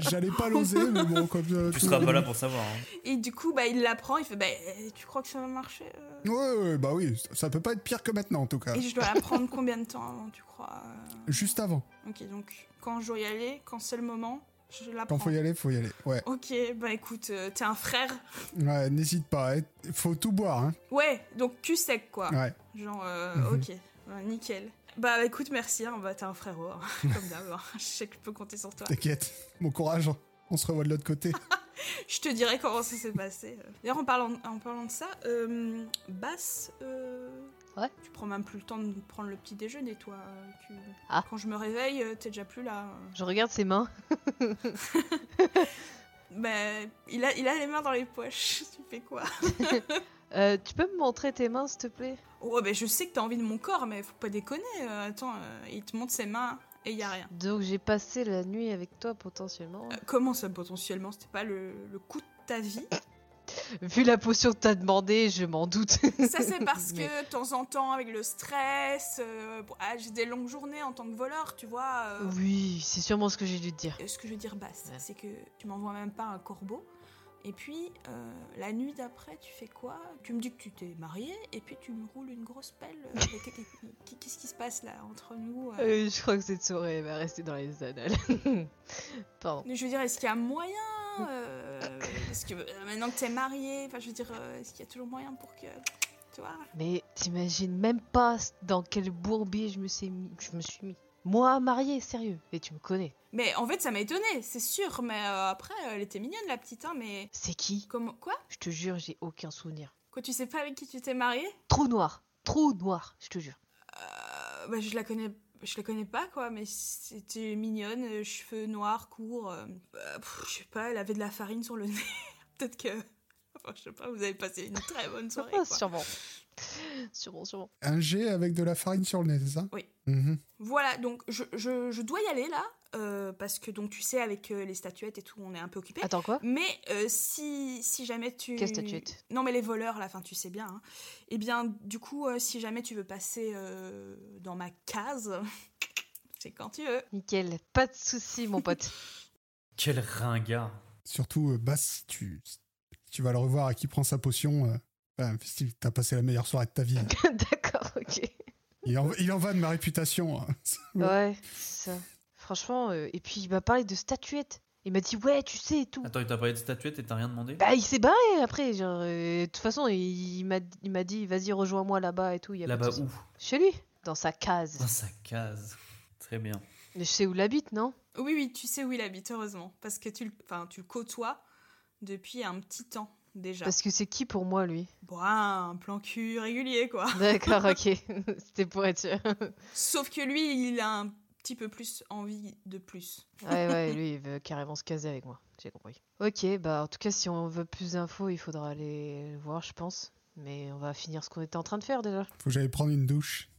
Speaker 3: J'allais pas l'oser, mais bon, comme ça.
Speaker 4: Tu seras pas là pour savoir. hein.
Speaker 1: Et du coup, bah, il l'apprend, il fait bah, euh, Tu crois que ça va marcher euh
Speaker 3: Ouais, ouais, bah oui, ça- ça peut pas être pire que maintenant en tout cas.
Speaker 1: Et je dois l'apprendre combien de temps avant, tu crois euh
Speaker 3: Juste avant.
Speaker 1: Ok, donc quand je dois y aller, quand c'est le moment, je
Speaker 3: Quand
Speaker 1: l'apprends.
Speaker 3: faut y aller, faut y aller. Ouais,
Speaker 1: Ok, bah écoute, euh, t'es un frère.
Speaker 3: ouais n'hésite pas. hein. Faut tout boire, hein.
Speaker 1: Ouais, donc cul sec, quoi.
Speaker 3: Ouais.
Speaker 1: Genre, euh,
Speaker 3: Ah. Mhm.
Speaker 1: ok, bah, nickel. Bah écoute, merci, hein, bah, t'es un frérot, hein, comme d'hab. hein. Je sais que je peux compter sur toi.
Speaker 3: T'inquiète, bon courage, hein. on se revoit de l'autre côté.
Speaker 1: Je te dirai comment ça s'est passé. euh. D'ailleurs, en parlant, en parlant de ça, euh, Basse, euh,
Speaker 2: Ouais.
Speaker 1: tu prends même plus le temps de prendre le petit déjeuner, toi. euh, tu-
Speaker 2: Ah.
Speaker 1: Quand je me réveille, euh, t'es déjà plus là.
Speaker 2: Je regarde ses mains.
Speaker 1: Ben, il a, il a les mains dans les poches. tu fais quoi
Speaker 2: Euh, tu peux me montrer tes mains, s'il te plaît
Speaker 1: Oh, ben je sais que t'as envie de mon corps, mais faut pas déconner. euh, attends, euh, il te montre ses mains et il y a rien.
Speaker 2: Donc, j'ai passé la nuit avec toi, potentiellement.
Speaker 1: Euh, comment ça, potentiellement C'était pas le, le coup de ta vie
Speaker 2: Vu la potion que t'as demandé, je m'en doute.
Speaker 1: Ça, c'est parce
Speaker 2: Mais-
Speaker 1: que de temps en temps, avec le stress, euh, bon, ah, j'ai des longues journées en tant que voleur, tu vois. euh,
Speaker 2: Oui, c'est sûrement ce que j'ai dû te dire.
Speaker 1: Euh, ce que je veux dire basse,
Speaker 2: Ouais.
Speaker 1: c'est que tu m'envoies même pas un corbeau. Et puis, euh, la nuit d'après, tu fais quoi Tu me dis que tu t'es mariée, et puis tu me roules une grosse pelle. euh, mais qu'est- qu'est- Qu'est-ce qui se passe là entre nous euh
Speaker 2: Euh, je crois que cette soirée va rester dans les annales. Pardon.
Speaker 1: Mais Je veux dire, est-ce qu'il y a moyen euh, Parce que euh, maintenant que t'es mariée, enfin, je veux dire, euh, est-ce qu'il y a toujours moyen pour que. Tu vois
Speaker 2: Mais t'imagines même pas dans quel bourbier je me suis mis. Je me suis mis. Moi, mariée, sérieux. Et tu me connais.
Speaker 1: Mais en fait, ça m'a étonnée, c'est sûr. Mais euh, après, elle était mignonne, la petite, hein, mais.
Speaker 2: C'est qui
Speaker 1: Comment Quoi
Speaker 2: Je te jure, j'ai aucun souvenir.
Speaker 1: Quoi, tu sais pas avec qui tu t'es mariée
Speaker 2: Trou noir. Trou noir, je te jure.
Speaker 1: Euh, bah, je la connais je la connais pas quoi mais c'était mignonne euh, cheveux noirs courts euh, euh, pff, je sais pas elle avait de la farine sur le nez peut-être que enfin, je sais pas vous avez passé une très bonne soirée
Speaker 2: Ah,
Speaker 1: quoi.
Speaker 2: sûrement. sûrement, sûrement.
Speaker 3: Un jet avec de la farine sur le nez, c'est ça
Speaker 1: Oui.
Speaker 3: Mhm.
Speaker 1: voilà donc je, je- je dois y aller là euh, parce que donc tu sais avec euh, les statuettes et tout on est un peu occupé
Speaker 2: Attends, quoi
Speaker 1: mais euh, si, si jamais tu...
Speaker 2: Quelle statuette
Speaker 1: Non mais les voleurs, là, fin, tu sais bien. hein. Eh bien, du coup, euh, si jamais tu veux passer euh, dans ma case, c'est quand tu veux.
Speaker 2: Nickel. Pas de soucis, mon pote.
Speaker 4: Quel ringard.
Speaker 3: Surtout, euh, Bass, tu, tu vas le revoir à qui prend sa potion. euh, enfin, si t'as passé la meilleure soirée de ta vie.
Speaker 2: D'accord, ok.
Speaker 3: Il en, il en va de ma réputation. hein. Ouais.
Speaker 2: Ouais, c'est ça. Franchement, euh, et puis il m'a parlé de statuettes. Il m'a dit, ouais, tu sais et tout.
Speaker 4: Attends, il t'a parlé de statuette et t'as rien demandé
Speaker 2: Bah, il s'est barré après. Genre, euh, de toute façon, il m'a il m'a dit, vas-y, rejoins-moi là-bas et tout. il y a pas de
Speaker 4: Là-bas
Speaker 2: souci.
Speaker 4: où
Speaker 2: Chez lui, dans sa case.
Speaker 4: Dans sa case. Très bien.
Speaker 2: Mais je sais où il habite, non
Speaker 1: Oui, oui, tu sais où il habite, heureusement. Parce que tu le, enfin, tu le côtoies depuis un petit temps déjà.
Speaker 2: Parce que c'est qui pour moi, lui
Speaker 1: Bon, ah, un plan cul régulier, quoi.
Speaker 2: D'accord, ok. C'était pour être sûr.
Speaker 1: Sauf que lui, il a un petit peu plus envie de plus.
Speaker 2: ouais, ouais, lui, il veut carrément se caser avec moi. J'ai compris. Ok, bah, en tout cas, si on veut plus d'infos, il faudra aller le voir, je pense. Mais on va finir ce qu'on était en train de faire déjà.
Speaker 3: Faut que j'aille prendre une douche.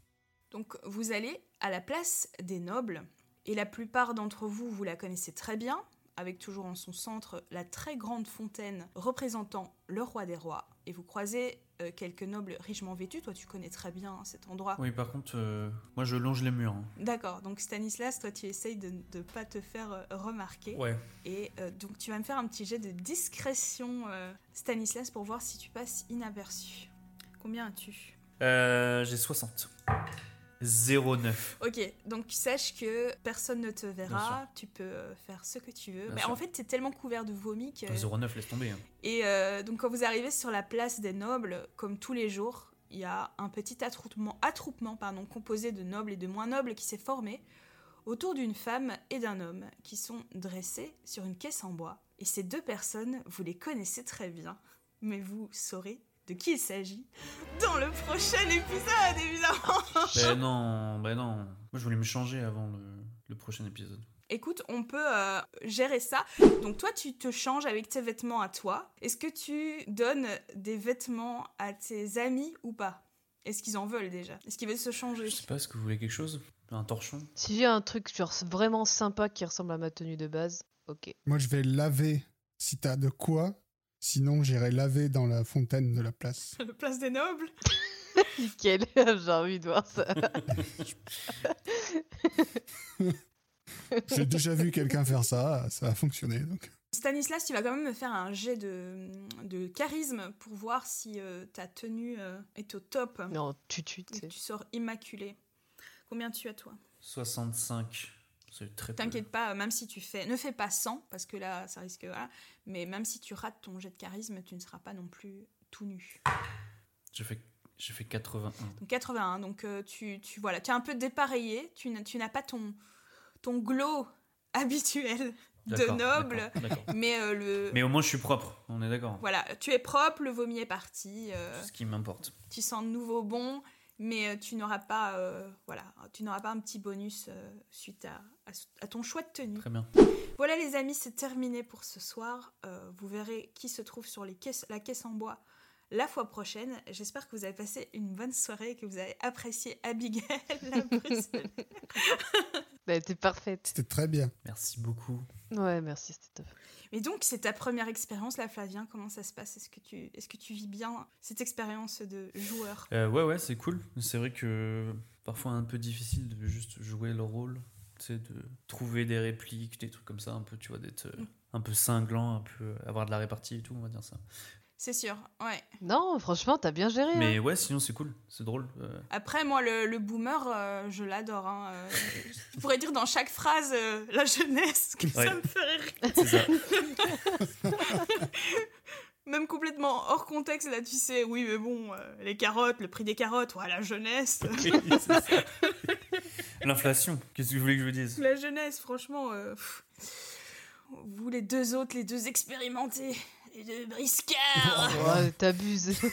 Speaker 1: Donc, vous allez à la place des nobles. Et la plupart d'entre vous, vous la connaissez très bien. avec toujours en son centre la très grande fontaine représentant le roi des rois. Et vous croisez euh, quelques nobles richement vêtus. Toi, tu connais très bien cet endroit.
Speaker 4: Oui, par contre, euh, moi je longe les murs. hein.
Speaker 1: D'accord, donc Stanislas, toi, tu essayes de ne pas te faire euh, remarquer.
Speaker 4: Ouais.
Speaker 1: Et euh, donc, tu vas me faire un petit jet de discrétion, euh, Stanislas, pour voir si tu passes inaperçu. Combien as-tu
Speaker 4: Euh, J'ai 60. 09.
Speaker 1: Ok, donc sache que personne ne te
Speaker 4: Bien
Speaker 1: verra, tu peux euh, faire ce que tu veux.
Speaker 4: Bien
Speaker 1: Mais
Speaker 4: sûr.
Speaker 1: en fait, t'es tellement couvert de vomi que...
Speaker 4: 09, laisse tomber. hein.
Speaker 1: Et euh, donc quand vous arrivez sur la place des nobles, comme tous les jours, il y a un petit attroupement, attroupement pardon, composé de nobles et de moins nobles qui s'est formé autour d'une femme et d'un homme qui sont dressés sur une caisse en bois. Et ces deux personnes, vous les connaissez très bien, mais vous saurez de qui il s'agit dans le prochain épisode, évidemment
Speaker 4: Ben non, ben non. Moi je voulais me changer avant le, le prochain épisode.
Speaker 1: Écoute, on peut euh, gérer ça. Donc toi, tu te changes avec tes vêtements à toi. Est-ce que tu donnes des vêtements à tes amis ou pas Est-ce qu'ils en veulent déjà Est-ce qu'ils veulent se changer
Speaker 4: Je sais pas, est-ce que vous voulez quelque chose Un torchon
Speaker 2: Si j'ai un truc genre vraiment sympa qui ressemble à ma tenue de base, ok.
Speaker 3: Moi, je vais laver si t'as de quoi. Sinon, j'irai laver dans la fontaine de la place.
Speaker 1: La place des nobles
Speaker 2: Nickel, j'ai envie de voir ça.
Speaker 3: J'ai déjà vu quelqu'un faire ça, ça a fonctionné. Donc.
Speaker 1: Stanislas, tu vas quand même me faire un jet de, de charisme pour voir si euh, ta tenue euh, est au top.
Speaker 2: Non, tu tu
Speaker 1: Et que
Speaker 2: tu sais.
Speaker 1: Tu sors immaculé. Combien tu as toi
Speaker 4: 65. C'est très peu.
Speaker 1: T'inquiète pas, euh, même si tu fais... Ne fais pas 100, parce que là, ça risque... voilà. Mais même si tu rates ton jet de charisme, tu ne seras pas non plus tout nu.
Speaker 4: J'ai fait, j'ai fait 81.
Speaker 1: Donc 81, donc euh, tu, tu, voilà, tu es un peu dépareillé, tu n'as tu n'as pas ton, ton glow habituel de
Speaker 4: D'accord,
Speaker 1: noble,
Speaker 4: d'accord, d'accord.
Speaker 1: mais euh, le...
Speaker 4: Mais au moins je suis propre, on est d'accord.
Speaker 1: Voilà, tu es propre, le vomi est parti, euh,
Speaker 4: C'est ce qui m'importe.
Speaker 1: tu sens de nouveau bon, mais euh, tu n'auras pas, euh, voilà, tu n'auras pas un petit bonus euh, suite à, à, à ton choix de tenue.
Speaker 4: Très bien.
Speaker 1: Voilà les amis, c'est terminé pour ce soir. Euh, vous verrez qui se trouve sur les caisses- la caisse en bois la fois prochaine. J'espère que vous avez passé une bonne soirée et que vous avez apprécié Abigail la Bruxelles.
Speaker 2: Bah, t'es parfaite.
Speaker 3: C'était très bien.
Speaker 4: Merci beaucoup.
Speaker 2: Ouais, merci, c'était top.
Speaker 1: Mais donc c'est ta première expérience là Flavien, comment ça se passe Est-ce que, tu, est-ce que tu vis bien cette expérience de joueur
Speaker 4: Euh, ouais, ouais, c'est cool. C'est vrai que parfois un peu difficile de juste jouer le rôle. Tu sais, de trouver des répliques, des trucs comme ça, un peu, tu vois, d'être euh,
Speaker 1: Mm.
Speaker 4: un peu cinglant, un peu euh, avoir de la répartie et tout, on va dire ça.
Speaker 1: C'est sûr, ouais.
Speaker 2: Non, franchement, t'as bien géré. hein.
Speaker 4: Mais ouais, sinon c'est cool, c'est drôle. euh.
Speaker 1: Après moi le, le boomer, euh, je l'adore. hein, euh, je pourrais dire dans chaque phrase euh, la jeunesse, que ça
Speaker 4: Ouais.
Speaker 1: me ferait rire.
Speaker 4: c'est ça.
Speaker 1: Même complètement hors contexte, là, tu sais, oui, mais bon, euh, les carottes, le prix des carottes, ouais, la jeunesse.
Speaker 4: Oui, c'est ça. L'inflation, qu'est-ce que vous voulez que je vous dise
Speaker 1: la jeunesse, franchement. euh, pff. vous, les deux autres, les deux expérimentés, les deux briscards.
Speaker 2: hein. Ouais, t'abuses.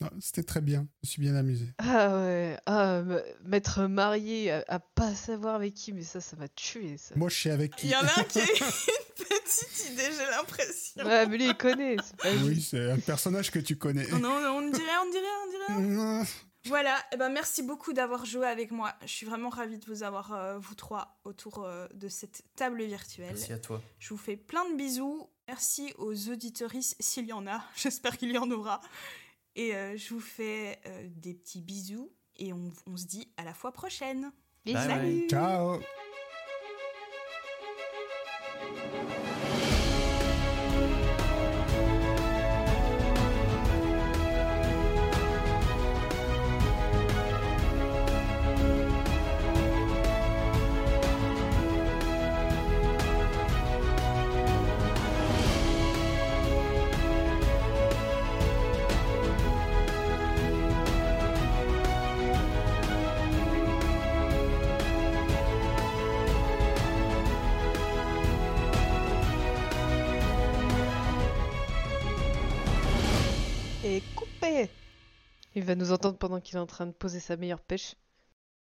Speaker 3: Non, C'était très bien. Je me suis bien amusé.
Speaker 2: ah ouais, ah, me- m'être marié à, à pas savoir avec qui, mais ça, ça m'a tué, ça.
Speaker 3: Moi, je sais avec
Speaker 1: Il
Speaker 3: qui.
Speaker 1: y en a un qui a une petite idée, j'ai l'impression.
Speaker 2: Ouais, mais lui, il connaît, c'est pas
Speaker 3: Ah Oui,
Speaker 2: juste.
Speaker 3: c'est un personnage que tu connais.
Speaker 1: Non, non, on dirait, on dirait, on dirait.
Speaker 3: Mmh.
Speaker 1: Voilà, eh ben merci beaucoup d'avoir joué avec moi. Je suis vraiment ravie de vous avoir, euh, vous trois, autour euh, de cette table virtuelle.
Speaker 4: Merci à toi.
Speaker 1: Je vous fais plein de bisous. Merci aux auditoristes s'il y en a. J'espère qu'il y en aura. Et euh, je vous fais euh, des petits bisous et on, on se dit à la fois prochaine.
Speaker 2: Bisous.
Speaker 1: Bah
Speaker 4: Bye bye.
Speaker 3: Ciao.
Speaker 2: Et coupé Il va nous entendre pendant qu'il est en train de poser sa meilleure pêche.